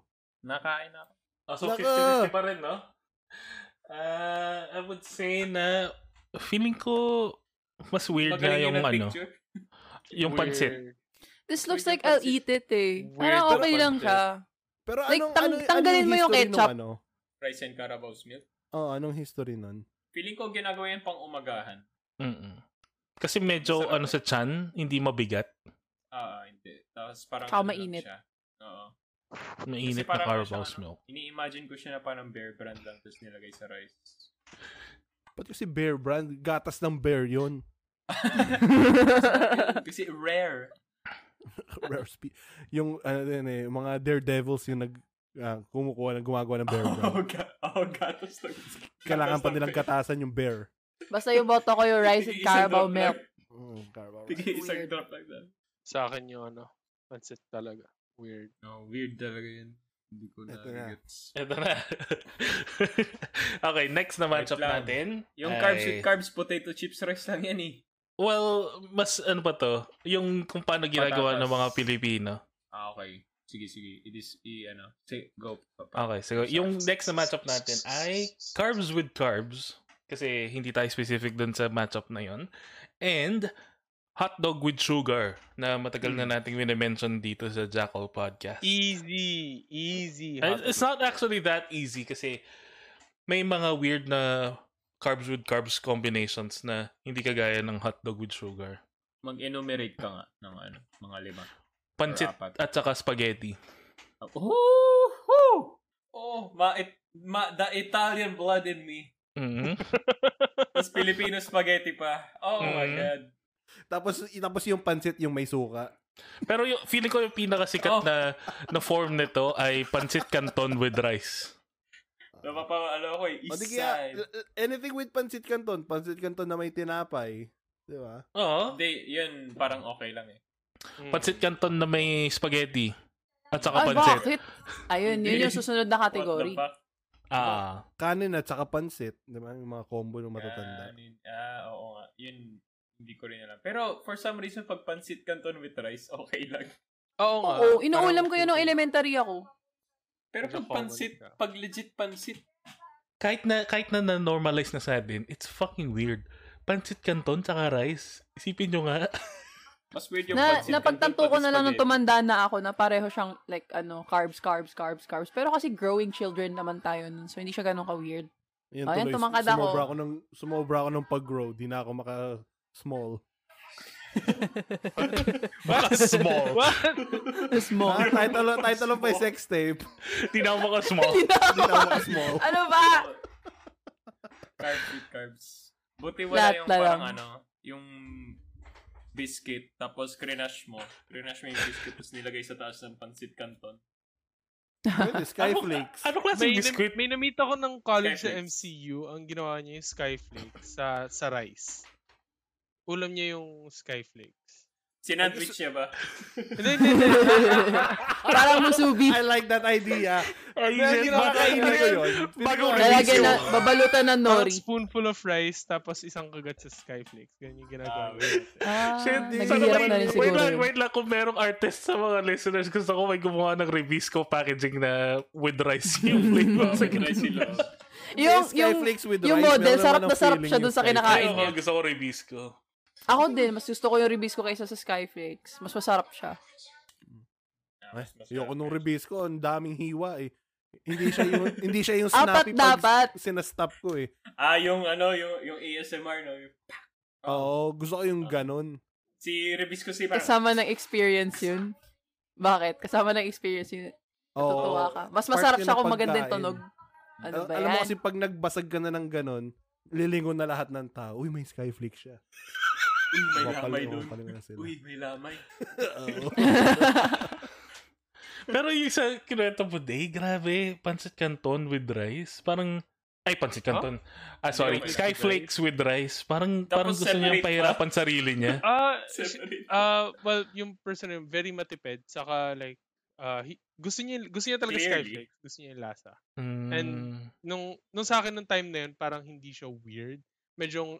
Speaker 3: Nakain na.
Speaker 2: Ah, so
Speaker 1: Naka!
Speaker 2: 50-50 pa rin, no? Ah, I would say na feeling ko mas weird na
Speaker 3: Magaling
Speaker 2: yung
Speaker 3: yun ang
Speaker 2: ano,
Speaker 3: picture.
Speaker 2: yung pansit.
Speaker 5: Weird.
Speaker 6: This looks
Speaker 3: Weird
Speaker 6: like
Speaker 3: yung
Speaker 6: I'll
Speaker 3: pansit.
Speaker 6: eat it eh.
Speaker 5: Weird
Speaker 6: Parang okay
Speaker 5: yung
Speaker 6: lang
Speaker 5: pansit.
Speaker 6: siya.
Speaker 1: Pero
Speaker 6: Like,
Speaker 1: anong,
Speaker 6: tang-
Speaker 1: ano,
Speaker 6: tanggalin mo yung
Speaker 1: history nung
Speaker 6: ketchup.
Speaker 1: Ano?
Speaker 3: Rice and Carabao's milk.
Speaker 1: Oh, anong history nun?
Speaker 3: Feeling ko ginagawa yan pang umagahan.
Speaker 2: Mm-mm. Kasi medyo
Speaker 3: Sarap.
Speaker 2: ano sa chan, hindi mabigat.
Speaker 3: Ah, hindi. Tapos parang
Speaker 6: Tsaka
Speaker 3: ano lang
Speaker 6: mainit.
Speaker 3: siya. Oo.
Speaker 2: Mainit na
Speaker 3: parang siya,
Speaker 2: Carabao's
Speaker 3: ano,
Speaker 2: milk.
Speaker 3: Ini-imagine ko siya na parang bear brand lang tapos nilagay sa rice.
Speaker 1: Ba't kasi bear brand? Gatas ng bear yun.
Speaker 3: Kasi rare.
Speaker 1: Rare spe- Yung, ano din eh, yung mga daredevils yung nag, ah, kumukuha ng gumagawa ng bear brand.
Speaker 3: Oh, ga- oh, gatos lang.
Speaker 1: Kailangan
Speaker 3: gatas
Speaker 1: pa
Speaker 3: ng
Speaker 1: nilang
Speaker 3: bear.
Speaker 1: katasan yung bear.
Speaker 6: Basta yung boto ko yung rice and
Speaker 3: Tig-iisang
Speaker 6: carabao
Speaker 3: drop
Speaker 6: milk.
Speaker 3: lang.
Speaker 1: Mm, Carabao Rice.
Speaker 3: Tig-iisang
Speaker 6: Weird.
Speaker 3: drop lang lang.
Speaker 5: Sa akin yung ano, pansit talaga. Weird.
Speaker 3: No, weird talaga yun. Hindi ko na
Speaker 1: Ito na.
Speaker 3: gets.
Speaker 2: Ito na. okay, next na matchup
Speaker 3: Wait lang.
Speaker 2: natin.
Speaker 3: Yung carbs
Speaker 2: ay-
Speaker 3: with carbs, potato chips, rice lang yan eh.
Speaker 2: Well, mas ano pa to? Yung kung paano ginagawa ng
Speaker 3: Patatas.
Speaker 2: mga Pilipino.
Speaker 3: Ah, okay. Sige, sige. It is, i, ano, say, go.
Speaker 2: Okay, so yung next na matchup natin ay carbs with carbs. Kasi hindi tayo specific dun sa matchup na yon. And hotdog with sugar na matagal
Speaker 3: Hmm.
Speaker 2: na nating minimension dito sa Jackal Podcast.
Speaker 5: Easy. Easy.
Speaker 2: And Eh, It's not actually that easy kasi may mga weird na carbs with carbs combinations na hindi kagaya ng hotdog with sugar.
Speaker 3: Mag-enumerate ka nga ng ano, mga lima.
Speaker 2: Pancit
Speaker 3: Or apat.
Speaker 2: at saka spaghetti.
Speaker 3: Oh, oh, oh ma, it, ma, the Italian blood in me.
Speaker 2: Mhm.
Speaker 6: Mm-hmm.
Speaker 3: Tapos Filipino spaghetti pa. Oh my
Speaker 2: Mm.
Speaker 3: God.
Speaker 1: Tapos, tapos yung pansit yung may suka.
Speaker 2: Pero yung, feeling ko yung pinakasikat
Speaker 3: Oh.
Speaker 2: na na form nito ay pancit canton with rice.
Speaker 3: Napapa, ano ko eh,
Speaker 1: O
Speaker 3: east
Speaker 1: di kaya,
Speaker 3: side.
Speaker 1: l- l- anything with pansit canton, pansit canton na may tinapay. Di ba?
Speaker 2: Oo.
Speaker 3: Hindi, yun, parang okay lang eh.
Speaker 5: Mm.
Speaker 2: Pancit canton na may spaghetti. At saka
Speaker 6: Mm. Ay,
Speaker 2: pancit.
Speaker 6: bakit? Ayun, yun yung susunod na category.
Speaker 3: What the fuck?
Speaker 2: Ah.
Speaker 1: Kanin at saka pansit. Di ba? Yung mga combo ng matatanda.
Speaker 3: Ah, yun- ah, oo nga. Yun, hindi ko rin alam. Pero for some reason, pag pancit canton with rice, okay lang.
Speaker 5: Oo nga.
Speaker 6: Oo, inuulam ko yun nung elementary ako.
Speaker 3: Pero
Speaker 5: Medyo
Speaker 3: pag
Speaker 5: common
Speaker 3: pancit,
Speaker 5: siya.
Speaker 3: pag legit pancit,
Speaker 2: Kahit na, kahit na na-normalize na sa atin, it's fucking weird. Pancit canton saka rice. Isipin nyo nga.
Speaker 3: mas weird yung
Speaker 6: Na,
Speaker 3: pancit
Speaker 6: napagtanto
Speaker 3: canton
Speaker 6: ko na lang nung
Speaker 3: pati spaghetti.
Speaker 6: tumanda na ako na pareho siyang, like, ano, carbs, carbs, carbs, carbs. Pero kasi growing children naman tayo nun, so hindi siya ganun ka-weird.
Speaker 1: Yun,
Speaker 6: Oh, yan,
Speaker 1: tuloy,
Speaker 6: tumangkad ako.
Speaker 1: sumobra ako. ng, sumobra ako ng pag-grow. Di na ako maka-small.
Speaker 2: Baka small.
Speaker 1: Ah,
Speaker 6: Small.
Speaker 1: title, title of my sex tape.
Speaker 2: Hindi na ako Ano maka small.
Speaker 3: Oh.
Speaker 1: Di na ako maka-small.
Speaker 6: ano ba?
Speaker 3: Carbs with carbs. Buti wala
Speaker 6: Lahat
Speaker 3: yung
Speaker 6: na
Speaker 3: parang
Speaker 6: lang.
Speaker 3: ano, yung biscuit, tapos krenash mo. Krenash mo yung biscuit, tapos nilagay sa taas ng pancit canton.
Speaker 1: Pwede, skyflakes.
Speaker 2: Ano klaseng
Speaker 5: May,
Speaker 2: biscuit?
Speaker 5: may namita ko ng college sa
Speaker 3: Skyflakes.
Speaker 5: MCU, ang ginawa niya yung Skyflakes sa, sa rice. Ulam niya yung Skyflakes.
Speaker 3: Sinandwich niya ba?
Speaker 5: Hindi, hindi, hindi.
Speaker 6: Parang musubi.
Speaker 1: I like that idea.
Speaker 2: Ay,
Speaker 1: Kaya
Speaker 2: yun,
Speaker 1: ginawa
Speaker 2: baka
Speaker 1: ko
Speaker 2: yun.
Speaker 1: yun.
Speaker 2: Bago
Speaker 1: Pinagawa ko yun.
Speaker 6: Lalagyan na, babalutan ng
Speaker 5: Parang
Speaker 6: nori.
Speaker 5: spoonful of rice, tapos isang kagat sa Skyflakes. Ganyan yung
Speaker 3: Ah,
Speaker 5: ginagawa niya.
Speaker 6: Ah,
Speaker 2: Shit, sana
Speaker 1: ano
Speaker 6: naghihirap
Speaker 2: may-
Speaker 6: na rin
Speaker 2: wait
Speaker 6: siguro.
Speaker 2: lang,
Speaker 6: yun.
Speaker 2: wait lang. Kung merong artist sa mga listeners, gusto ko may gumawa ng Revisco packaging na with rice yung flavor.
Speaker 3: Bakit rice sila?
Speaker 5: Eh,
Speaker 6: Yung,
Speaker 1: Yes,
Speaker 6: yung,
Speaker 1: skyflakes with
Speaker 6: yung
Speaker 1: rice,
Speaker 6: model,
Speaker 1: meron
Speaker 6: sarap
Speaker 1: naman
Speaker 6: na
Speaker 1: ang
Speaker 6: sarap
Speaker 1: feeling
Speaker 6: siya dun
Speaker 1: yung
Speaker 6: sa
Speaker 1: skyflakes.
Speaker 6: kinakain niya.
Speaker 2: Ayoko, gusto ko Revisco.
Speaker 6: Ako din, mas gusto ko yung ribisco kaysa sa Skyflakes. Mas masarap siya.
Speaker 1: Ay,
Speaker 3: Ah,
Speaker 1: ayoko nung rebase ko, ang daming hiwa eh. Hindi siya yung, hindi siya yung
Speaker 6: Apat
Speaker 1: snappy pag
Speaker 6: dapat.
Speaker 1: sinastop ko eh.
Speaker 3: Ah, yung ano, yung, yung ASMR, no? Yung-
Speaker 1: Oo, gusto ko yung ganun.
Speaker 3: Si Rebisco si parang,
Speaker 6: Kasama ng experience yun. Bakit? Kasama ng experience yun.
Speaker 1: Oo.
Speaker 6: Tutuwa ka. Mas
Speaker 1: Part
Speaker 6: masarap
Speaker 1: yun
Speaker 6: siya
Speaker 1: ng
Speaker 6: kung magandang
Speaker 1: pagkain.
Speaker 6: tunog. Ano ba
Speaker 1: Al- alam mo
Speaker 6: yan?
Speaker 1: kasi pag nagbasag ka na ng ganun, lilingon na lahat ng tao. Uy, may skyflake siya.
Speaker 3: Uy, may
Speaker 1: Mapal-
Speaker 3: lamay doon.
Speaker 1: mapapaliw na sila.
Speaker 3: Uy, may lamay.
Speaker 1: Oo.
Speaker 2: Pero yung sa kinuwento mo, day, grabe, pancit canton with rice. Parang, ay, pancit canton. Ah, sorry,
Speaker 3: Hindi, okay.
Speaker 2: skyflakes with rice. Parang, parang
Speaker 3: Tapos
Speaker 2: gusto
Speaker 3: separate
Speaker 2: niya
Speaker 3: pa.
Speaker 2: pahirapan sarili niya.
Speaker 5: Ah, si-
Speaker 3: Separate.
Speaker 5: ah, well, yung person na yun, very matipid. Saka like, ah, hi- gusto niya, gusto niya talaga
Speaker 3: Clearly.
Speaker 5: skyflakes. Gusto niya yung lasa.
Speaker 2: Mm,
Speaker 5: And, Nung, nung sa akin ng time na yun, parang hindi siya weird. Medyo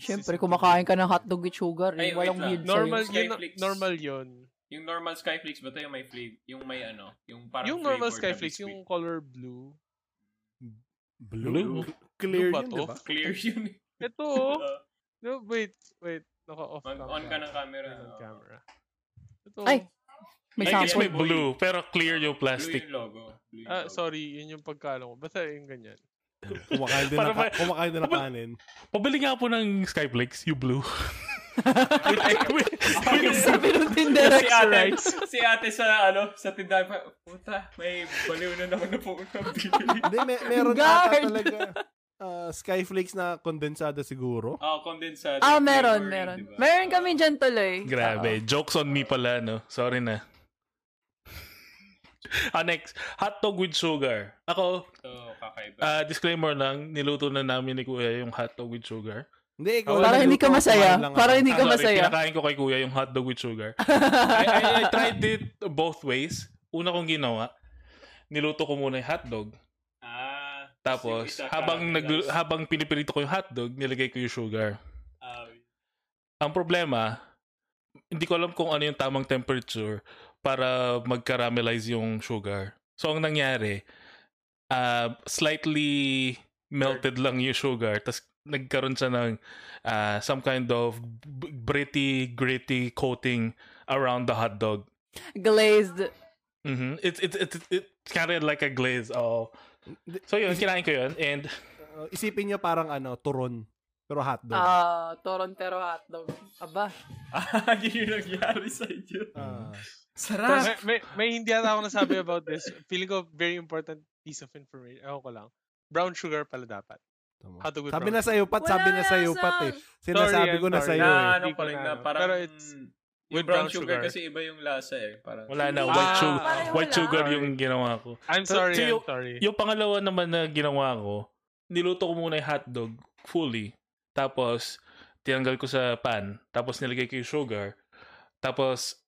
Speaker 6: Siyempre, kumakain ka ng hotdog with sugar.
Speaker 3: Ay, wait
Speaker 6: Eh. Walang
Speaker 3: lang.
Speaker 6: weird sa'yo.
Speaker 5: Normal
Speaker 3: Skyflakes.
Speaker 5: yun, ah, normal yun.
Speaker 3: Yung normal Skyflakes ba ito yung may flavor? Yung may ano? Yung parang
Speaker 5: yung normal
Speaker 3: flavored na
Speaker 5: skyflakes,
Speaker 3: biscuit.
Speaker 5: yung color blue.
Speaker 1: Blue. Clear
Speaker 5: Blue ba
Speaker 1: yun,
Speaker 5: to?
Speaker 1: di ba?
Speaker 3: Clear yun.
Speaker 5: Ito, oh.
Speaker 3: Uh,
Speaker 5: no, wait, wait. Naka-off
Speaker 3: Mag-on ka ng camera.
Speaker 5: On
Speaker 3: oh.
Speaker 5: camera. Ito,
Speaker 6: Ay, May
Speaker 2: I guess may
Speaker 6: sample.
Speaker 2: blue, pero clear yung
Speaker 3: Blue
Speaker 2: plastic.
Speaker 3: yung logo. Blue yung
Speaker 5: ah,
Speaker 3: logo.
Speaker 5: sorry, yun yung pagkala ko. Basta yung ganyan.
Speaker 1: Kumakain din na,
Speaker 2: Para
Speaker 1: ka- kumakain din na
Speaker 2: Kapag-
Speaker 1: kanin.
Speaker 2: Pabili nga po ng skyflakes, yung blue. with, with, with,
Speaker 6: Sabi nung Tinder.
Speaker 3: si ate, si ate sa ano, sa tindahan pa, puta, may baliw na naman na po na bibili.
Speaker 1: Hindi, may, meron
Speaker 6: Guard!
Speaker 1: ata talaga ah, skyflakes na kondensada siguro.
Speaker 3: Ah, condensado.
Speaker 6: Ah, meron,
Speaker 3: flavoring,
Speaker 6: meron.
Speaker 3: diba?
Speaker 6: Meron kami dyan tuloy.
Speaker 2: Grabe. Jokes on me pala, no? Sorry na. ah, next. Hotdog with sugar. Ako,
Speaker 3: So, kakaiba.
Speaker 2: ah, disclaimer lang, niluto na namin ni Kuya yung hotdog with sugar.
Speaker 1: Hindi, ikaw
Speaker 6: Oo.
Speaker 1: lang
Speaker 6: Parang hindi
Speaker 1: nagluto,
Speaker 6: ka masaya.
Speaker 1: kumain lang
Speaker 6: Parang
Speaker 1: ako.
Speaker 6: hindi
Speaker 2: Ah,
Speaker 6: ka
Speaker 2: sorry,
Speaker 6: masaya.
Speaker 2: pinakain ko kay Kuya yung hotdog with sugar. I, I, I tried it both ways. Una kong ginawa, niluto ko muna yung hotdog.
Speaker 3: ah, yung
Speaker 2: Tapos,
Speaker 3: isa ka,
Speaker 2: habang, nag,
Speaker 3: tapos,
Speaker 2: habang pinipirito ko yung hotdog, nilagay ko yung sugar.
Speaker 3: ah,
Speaker 2: Ang problema, hindi ko alam kung ano yung tamang temperature para mag-caramelize yung sugar. So, ang nangyari, uh, slightly melted lang yung sugar. Tapos, nagkaroon siya ng uh, some kind of b- britty, gritty coating around the hot dog.
Speaker 6: Glazed.
Speaker 2: Mhm. It's it's it's it's kind of like a glaze. Oh. So yun, kinain ko yun and
Speaker 1: Uh, isipin nyo parang ano, turon. Pero hotdog. Ah.
Speaker 6: Ah, Torontero hotdog. Aba.
Speaker 3: ah, yun yung nangyari sa inyo.
Speaker 1: Ah,
Speaker 6: Ah.
Speaker 3: Ah,
Speaker 5: Mm-hmm. Tapos, may, may, may hindi ata ako nasabi about this. Feeling ko very important piece of information. Ewan ko lang. Brown sugar pala dapat.
Speaker 1: tama.
Speaker 5: Hot dog with
Speaker 1: sabi na
Speaker 5: brown
Speaker 1: sa'yo, Pat. Sabi na sa'yo, Pat eh. Sinasabi
Speaker 5: Sorry,
Speaker 1: ko na
Speaker 5: I'm sorry.
Speaker 1: sa'yo eh.
Speaker 3: Na, ano
Speaker 5: Hindi ko
Speaker 3: pa rin
Speaker 5: na
Speaker 3: na,
Speaker 5: alam.
Speaker 3: parang,
Speaker 5: Pero it's
Speaker 3: yung
Speaker 5: with
Speaker 3: brown
Speaker 5: brown
Speaker 3: sugar,
Speaker 5: sugar.
Speaker 3: kasi iba yung lasa eh. Parang,
Speaker 2: wala na white
Speaker 5: Ah,
Speaker 2: sugar,
Speaker 5: parang
Speaker 2: white
Speaker 6: wala.
Speaker 2: sugar yung ginawa ko.
Speaker 5: I'm
Speaker 2: So,
Speaker 5: sorry,
Speaker 2: so
Speaker 5: I'm
Speaker 2: yung-
Speaker 5: sorry.
Speaker 2: Yung pangalawa naman na ginawa ko, niluto ko muna yung hotdog fully. Tapos, tinanggal ko sa pan. Tapos, nilagay ko yung sugar. Tapos,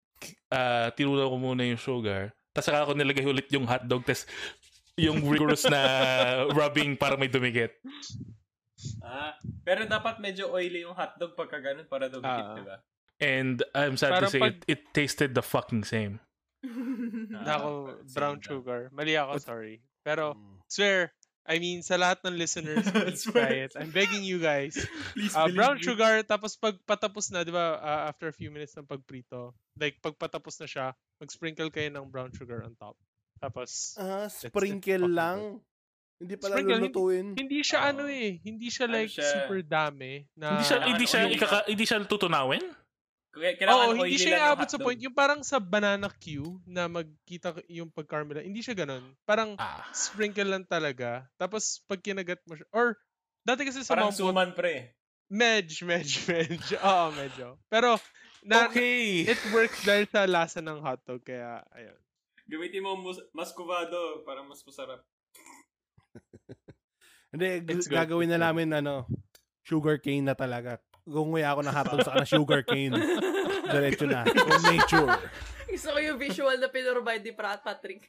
Speaker 2: uh, tinunaw ko muna yung sugar. Tapos, saka ako nilagay ulit yung hotdog. Tapos, yung rigorous na rubbing para may dumikit.
Speaker 3: ah, pero dapat medyo oily yung hotdog pagka ganun para dumikit,
Speaker 5: Ah.
Speaker 3: diba?
Speaker 2: And I'm sad
Speaker 5: Parang
Speaker 2: to say,
Speaker 5: pag-
Speaker 2: it, it tasted the fucking same.
Speaker 3: Ah,
Speaker 5: Nako, brown sugar. Mali ako, sorry. Pero,
Speaker 1: Mm.
Speaker 5: swear, I mean, sa lahat ng listeners, please
Speaker 3: Swear.
Speaker 5: try it. I'm begging you guys.
Speaker 3: Please
Speaker 5: Ah,
Speaker 3: believe
Speaker 5: brown
Speaker 3: me.
Speaker 5: sugar, tapos pag patapos na, di ba, ah, after a few minutes ng pagprito, like, pag patapos na siya, mag-sprinkle kayo ng brown sugar on top. Tapos,
Speaker 1: Ah,
Speaker 5: it's
Speaker 1: sprinkle
Speaker 5: fucking
Speaker 1: lang. Hindi pala
Speaker 5: Sprinkle, hindi-
Speaker 1: lulutuin.
Speaker 5: hindi siya
Speaker 3: Oo.
Speaker 5: ano eh, hindi siya
Speaker 3: Ano
Speaker 5: like
Speaker 3: siya?
Speaker 5: super dami na...
Speaker 2: hindi siya,
Speaker 3: Ah,
Speaker 2: hindi siya,
Speaker 3: oily.
Speaker 2: ikaka, hindi siya tutunawin?
Speaker 3: Kaya
Speaker 5: Oo,
Speaker 3: kailangan oily
Speaker 5: hindi
Speaker 3: lang
Speaker 5: siya
Speaker 3: yung
Speaker 5: aabot sa
Speaker 3: hotdog.
Speaker 5: point. Yung parang sa banana queue na magkita ka- yung pagkarmela, hindi siya ganun. Parang
Speaker 2: Ah.
Speaker 5: sprinkle lang talaga. Tapos pag kinagat mo siya, or dati kasi sa
Speaker 3: Parang
Speaker 5: mga bot-
Speaker 3: suman pre.
Speaker 5: medj, medj, medj. Oo, medyo. Pero, na,
Speaker 2: okay.
Speaker 5: it works dahil sa lasa ng hotdog. Kaya, ayun.
Speaker 3: Gamitin mo mus- mas kubado para mas masarap.
Speaker 1: Hindi, g-
Speaker 5: It's good.
Speaker 1: gagawin na
Speaker 5: It's good.
Speaker 1: namin ano, sugar cane na talaga. Gunguya ako ng hotdog sa sugar cane. Diretso na. From nature.
Speaker 6: Gusto ko yung visual na pinurovide ni Prat Patrick.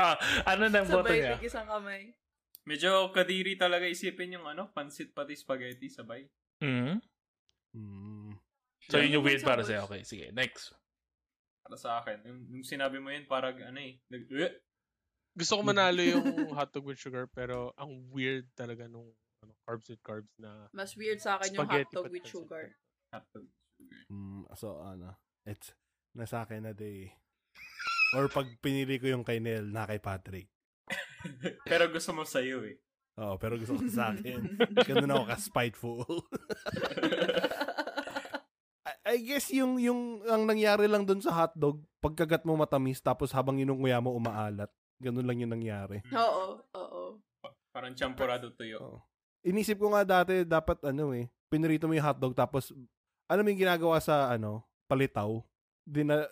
Speaker 2: Ah, ano na ang boto
Speaker 6: Sabay,
Speaker 2: niya?
Speaker 6: tig isang kamay.
Speaker 3: Medyo kadiri talaga isipin yung ano, pansit pati spaghetti sabay.
Speaker 2: Mhm.
Speaker 1: Mm.
Speaker 2: So, yun yung weird para sa'yo. Okay, sige. Next.
Speaker 3: Para sa akin. Yung, yung sinabi mo yun, parang ano eh. Nag- Eh,
Speaker 5: Gusto ko manalo yung hotdog with sugar, pero ang weird talaga nung ano, carbs with carbs na
Speaker 6: Mas weird sa akin yung
Speaker 5: Spaghetti
Speaker 6: hotdog
Speaker 5: pati
Speaker 6: with
Speaker 5: pancit.
Speaker 6: sugar.
Speaker 3: hotdog.
Speaker 1: Mm, so, ano, it's nasa akin na day. Or pag pinili ko yung kay Nel, na kay Patrick.
Speaker 3: Pero gusto mo sa'yo eh.
Speaker 1: Oo, pero gusto ko sa akin. Ganun ako ka-spiteful. I- I guess yung yung ang nangyari lang dun sa hotdog, pagkagat mo matamis tapos habang inunguya mo umaalat. Ganun lang yung nangyari.
Speaker 6: Oo, oo.
Speaker 3: Hmm. Parang champorado tuyo.
Speaker 1: Oo. Inisip ko nga dati, dapat ano eh, pinirito mo yung hotdog tapos, ano mo yung ginagawa sa, ano, palitaw? Dina,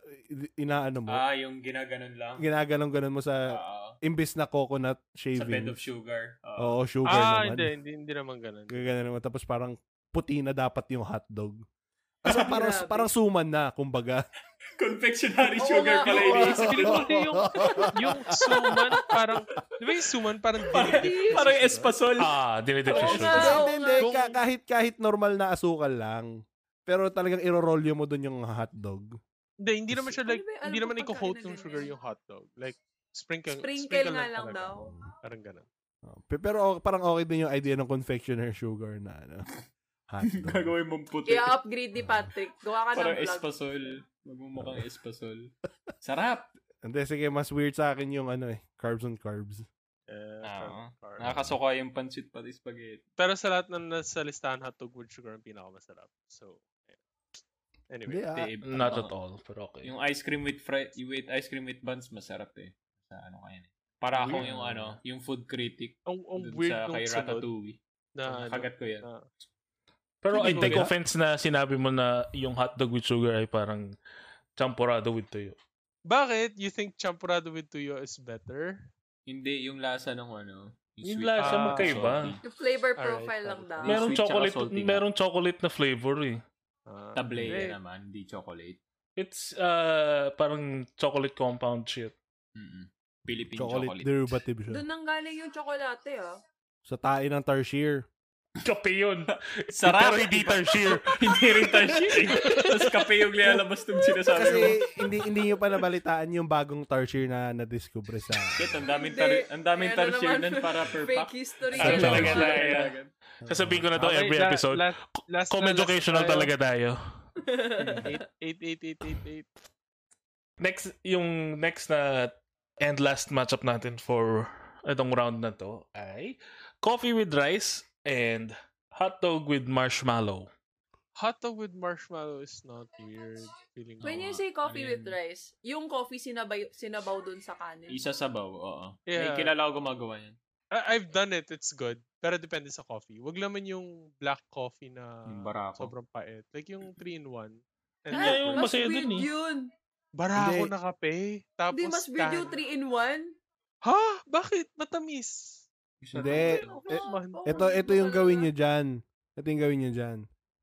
Speaker 1: inaano mo?
Speaker 3: Ah, yung ginaganon lang.
Speaker 1: Ginaganong-ganon mo sa,
Speaker 3: Ah,
Speaker 1: imbes na coconut
Speaker 3: sa bed
Speaker 1: shaving.
Speaker 3: of sugar. Ah.
Speaker 1: Oo, sugar naman.
Speaker 5: ah, hindi, hindi, hindi naman ganun.
Speaker 1: Gagana naman. Tapos parang puti na dapat yung hotdog. As in, parang,
Speaker 4: Grabe.
Speaker 1: parang suman na, kumbaga.
Speaker 3: Confectionery
Speaker 4: Oo
Speaker 3: sugar
Speaker 4: nga,
Speaker 3: pala
Speaker 4: oo.
Speaker 3: yun.
Speaker 5: Feeling ko kasi yung, yung suman, parang, di ba yung suman, parang
Speaker 3: Parang,
Speaker 5: dinidip?
Speaker 3: parang espasol.
Speaker 2: Ah, dinidip siya
Speaker 4: Oo
Speaker 2: sugar.
Speaker 4: nga.
Speaker 1: Hindi, hindi, hindi.
Speaker 5: Kung-
Speaker 1: Ka- kahit, kahit normal na asukal lang. Pero talagang irorolyo mo dun yung hotdog.
Speaker 5: Hindi, hindi naman siya
Speaker 4: Ano ba
Speaker 5: like,
Speaker 4: yung alam
Speaker 5: hindi
Speaker 4: ko
Speaker 5: naman
Speaker 4: pagkain
Speaker 5: i-coat
Speaker 4: na
Speaker 5: ng
Speaker 4: ganyan?
Speaker 5: sugar yung hotdog. Like, sprinkle,
Speaker 4: Sprinkle nga lang
Speaker 5: talaga.
Speaker 4: daw.
Speaker 5: Parang ganun.
Speaker 1: Oh, pe- Pero o- parang okay din yung idea ng confectioner sugar na ano, hotdog.
Speaker 3: Gagawin mong puti.
Speaker 4: Kaya upgrade ni Patrick. Gawa ka ng
Speaker 3: Parang
Speaker 4: vlog.
Speaker 3: espasol. Magmumukhang espasol. Sarap.
Speaker 1: Hindi, sige, mas weird sa akin yung ano eh, carbs on carbs.
Speaker 5: Eh,
Speaker 3: Ah,
Speaker 5: parang-
Speaker 3: Nakakasuka yung pancit pati spaghetti.
Speaker 5: Pero sa lahat ng nasa listahan, hotdog with sugar ang pinakamasarap. So, ayun. anyway.
Speaker 1: Hindi, ah,
Speaker 3: Di, iba-
Speaker 2: Not
Speaker 3: ah.
Speaker 2: at all, pero okay.
Speaker 3: Yung ice cream with fry, with ice cream with buns masarap eh. Sa ano kaya eh. Para akong
Speaker 2: Weird.
Speaker 3: yung ano, yung food critic
Speaker 5: Ang, ang
Speaker 3: dun
Speaker 5: weird
Speaker 3: sa
Speaker 5: nung
Speaker 3: kay
Speaker 5: sunod
Speaker 3: Ratatouille.
Speaker 5: na, ano,
Speaker 3: Kagat ko yan.
Speaker 5: na
Speaker 2: Pero I
Speaker 5: Hindi
Speaker 2: take
Speaker 5: ba?
Speaker 2: offense na sinabi mo na yung hotdog with sugar ay parang champorado with tuyo.
Speaker 5: Bakit you think champurado with tuyo is better?
Speaker 3: Hindi, yung lasa ng ano.
Speaker 2: Yung
Speaker 3: sweet-
Speaker 2: lasa
Speaker 3: ah,
Speaker 2: magkaiba.
Speaker 3: salty.
Speaker 4: Yung flavor
Speaker 5: Alright,
Speaker 4: profile lang daw.
Speaker 5: alright.
Speaker 2: Merong
Speaker 3: sweet tsaka
Speaker 2: chocolate,
Speaker 3: salty nga.
Speaker 2: merong chocolate na flavor eh.
Speaker 5: Ah,
Speaker 3: Tablea
Speaker 5: hindi.
Speaker 3: naman, hindi chocolate.
Speaker 2: It's uh, parang chocolate compound shit.
Speaker 3: Mm-mm. Philippine
Speaker 1: chocolate,
Speaker 3: chocolate.
Speaker 1: derivative siya.
Speaker 4: Doon nang galing yung tsokolate, ah.
Speaker 1: Sa tae ng tarsier.
Speaker 2: Kape yun. Pero
Speaker 3: Sarap.
Speaker 2: hindi tarsier.
Speaker 3: hindi rin tarsier. Tapos kape yung lalabas nung sinasabi mo.
Speaker 1: Kasi hindi hindi niyo pa nabalitaan yung bagong tarsier na nadiscover sa
Speaker 3: Shit, ang daming, tar- ang daming
Speaker 4: Ayan na
Speaker 3: tarsier
Speaker 4: naman.
Speaker 3: nun para per pack.
Speaker 4: Fake history.
Speaker 2: Ah,
Speaker 4: Kaya
Speaker 2: talaga
Speaker 4: naman.
Speaker 2: tayo. Sasabihin ko na to eh.
Speaker 5: Okay,
Speaker 2: every
Speaker 5: la-
Speaker 2: episode.
Speaker 5: Last, last
Speaker 2: Kung
Speaker 5: na, last
Speaker 2: educational
Speaker 5: tayo.
Speaker 2: talaga tayo.
Speaker 5: 88888.
Speaker 2: Next, yung next na and last matchup natin for itong round na to ay coffee with rice and hotdog with marshmallow.
Speaker 5: Hotdog with marshmallow is not weird. Feeling ko.
Speaker 4: When you
Speaker 3: Oo,
Speaker 4: say coffee
Speaker 3: ano
Speaker 4: with
Speaker 3: yun?
Speaker 4: rice, yung coffee sinabay, sinabaw doon sa kanin.
Speaker 3: Isa sabaw, oo.
Speaker 5: Yeah.
Speaker 3: May kilala ko gumagawa yan.
Speaker 5: I- I've done it. It's good. Pero depende sa coffee. Wag laman yung black coffee na
Speaker 3: Yung barako.
Speaker 5: sobrang pait. Like yung 3-in-1. And
Speaker 4: Ah,
Speaker 2: Hindi, yung
Speaker 5: like,
Speaker 4: mas
Speaker 2: masaya
Speaker 4: weird
Speaker 2: dun eh.
Speaker 4: yun.
Speaker 5: barako
Speaker 1: Hindi.
Speaker 5: na kape. Tapos
Speaker 4: Hindi, mas weird yung
Speaker 5: tan.
Speaker 4: 3 in 1.
Speaker 5: Ha? Bakit? Matamis.
Speaker 1: Hindi.
Speaker 4: oh
Speaker 5: Eh,
Speaker 1: Ito ito yung gawin niyo diyan. Ito yung gawin niyo diyan.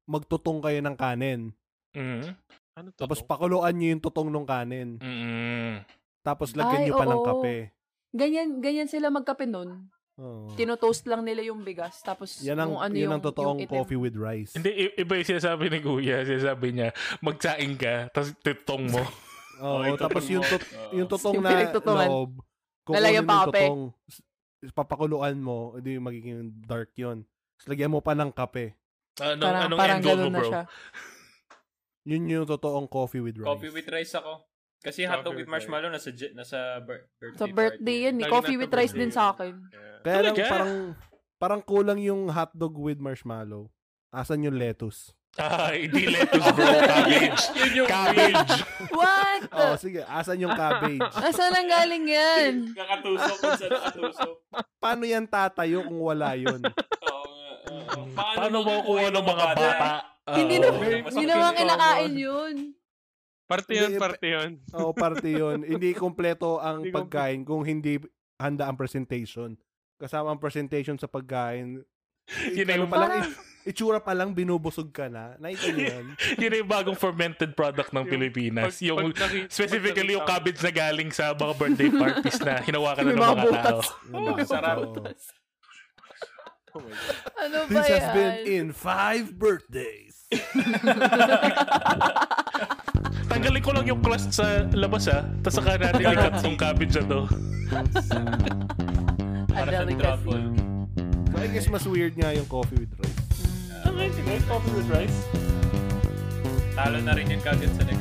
Speaker 1: Magtutong kayo ng kanin.
Speaker 2: Mm.
Speaker 5: Ano to?
Speaker 1: Tapos
Speaker 5: no?
Speaker 1: pakuluan niyo yung tutong ng kanin.
Speaker 2: Mm.
Speaker 1: Tapos lagyan
Speaker 4: Ay,
Speaker 1: niyo pa ng
Speaker 4: oo.
Speaker 1: kape.
Speaker 4: Ganyan, ganyan sila magkape nun.
Speaker 1: Oo.
Speaker 4: Tinotoast lang nila yung bigas. Tapos
Speaker 1: Yan ang,
Speaker 4: kung ano
Speaker 1: yan
Speaker 4: yung,
Speaker 1: ang totoong
Speaker 4: yung itim.
Speaker 1: coffee with rice.
Speaker 2: Hindi, i- iba yung sinasabi ni Kuya. Sinasabi niya, magsaing ka, tapos titong mo.
Speaker 1: Oo,
Speaker 3: Okay,
Speaker 1: tapos
Speaker 3: tutong
Speaker 1: yung,
Speaker 3: mo.
Speaker 1: tot,
Speaker 3: Oo.
Speaker 1: yung totong
Speaker 4: Yung
Speaker 1: na
Speaker 4: pinagtutungan.
Speaker 1: loob,
Speaker 4: Lalagyan
Speaker 1: kukunin
Speaker 4: pa
Speaker 1: yung
Speaker 4: kape.
Speaker 1: totong, s- papakuluan mo, hindi magiging dark yon Tapos lagyan mo pa ng kape.
Speaker 2: Anong,
Speaker 4: Parang,
Speaker 2: anong
Speaker 4: parang
Speaker 2: end goal mo,
Speaker 4: ganun na
Speaker 2: bro?
Speaker 4: siya.
Speaker 1: Yun yung totoong coffee with rice.
Speaker 3: Coffee with rice ako. Kasi
Speaker 5: Coffee
Speaker 3: hotdog
Speaker 5: with
Speaker 3: with marshmallow nasa je- nasa bir- birthday.
Speaker 4: Sa birthday
Speaker 3: party.
Speaker 4: yun eh.
Speaker 5: Lagi
Speaker 4: Coffee
Speaker 5: nasa
Speaker 4: with rice
Speaker 5: birthday
Speaker 4: din
Speaker 5: yun.
Speaker 4: sa akin.
Speaker 5: Yeah.
Speaker 1: Kaya lang
Speaker 2: Talaga?
Speaker 1: parang, parang kulang yung hotdog with marshmallow. Asan yung lettuce?
Speaker 2: Ah, hindi lettuce, bro. Cabbage.
Speaker 4: eh.
Speaker 3: Yun yung
Speaker 2: Cabbage.
Speaker 4: What?
Speaker 1: Oh, sige. Asan yung cabbage?
Speaker 4: Asan Ah, ang galing yan?
Speaker 3: nakatusok kung sa nakatusok.
Speaker 1: Paano yan tatayo kung wala yun?
Speaker 3: Oo nga, oo.
Speaker 2: Paano mo
Speaker 3: mo
Speaker 2: kuha ng mga bata? Ah,
Speaker 4: Hindi
Speaker 1: Oh.
Speaker 4: na,
Speaker 2: oo.
Speaker 5: Very-
Speaker 4: hindi naman kinakain yun.
Speaker 5: Parte
Speaker 1: Hindi,
Speaker 5: yun,
Speaker 1: eh,
Speaker 5: parte yun.
Speaker 1: Oo, parte yun. Hindi kumpleto ang
Speaker 5: Hindi
Speaker 1: pagkain kung hindi handa ang presentation. Kasama ang presentation sa pagkain.
Speaker 2: Yun na
Speaker 1: Ano
Speaker 2: yung-
Speaker 1: pa lang, itsura pa lang, binubusog ka na. Nakita niyo yun?
Speaker 2: Yun yung bagong fermented product ng
Speaker 5: Yung
Speaker 2: Pilipinas.
Speaker 5: pag-
Speaker 2: yung
Speaker 5: pag naki-
Speaker 2: specifically yung
Speaker 5: pag nakita-
Speaker 2: cabbage na galing sa mga birthday parties na hinawakan na
Speaker 4: May
Speaker 2: ng
Speaker 4: mga
Speaker 2: mga tao.
Speaker 4: butas.
Speaker 1: Yun ba?
Speaker 3: sarap.
Speaker 1: Diba? Oo.
Speaker 5: Oh my God.
Speaker 4: Ano ba
Speaker 1: This
Speaker 4: yan?
Speaker 1: has been in five birthdays.
Speaker 2: Tanggalin ko lang yung crust sa labas ah. Tapos saka natin ikat yung cabbage na to.
Speaker 3: Para sa
Speaker 4: delicacy.
Speaker 3: truffle.
Speaker 1: So I guess mas weird nga yung coffee with rice.
Speaker 2: Tanggalin, coffee with rice.
Speaker 3: Talo na rin yung kagad sa next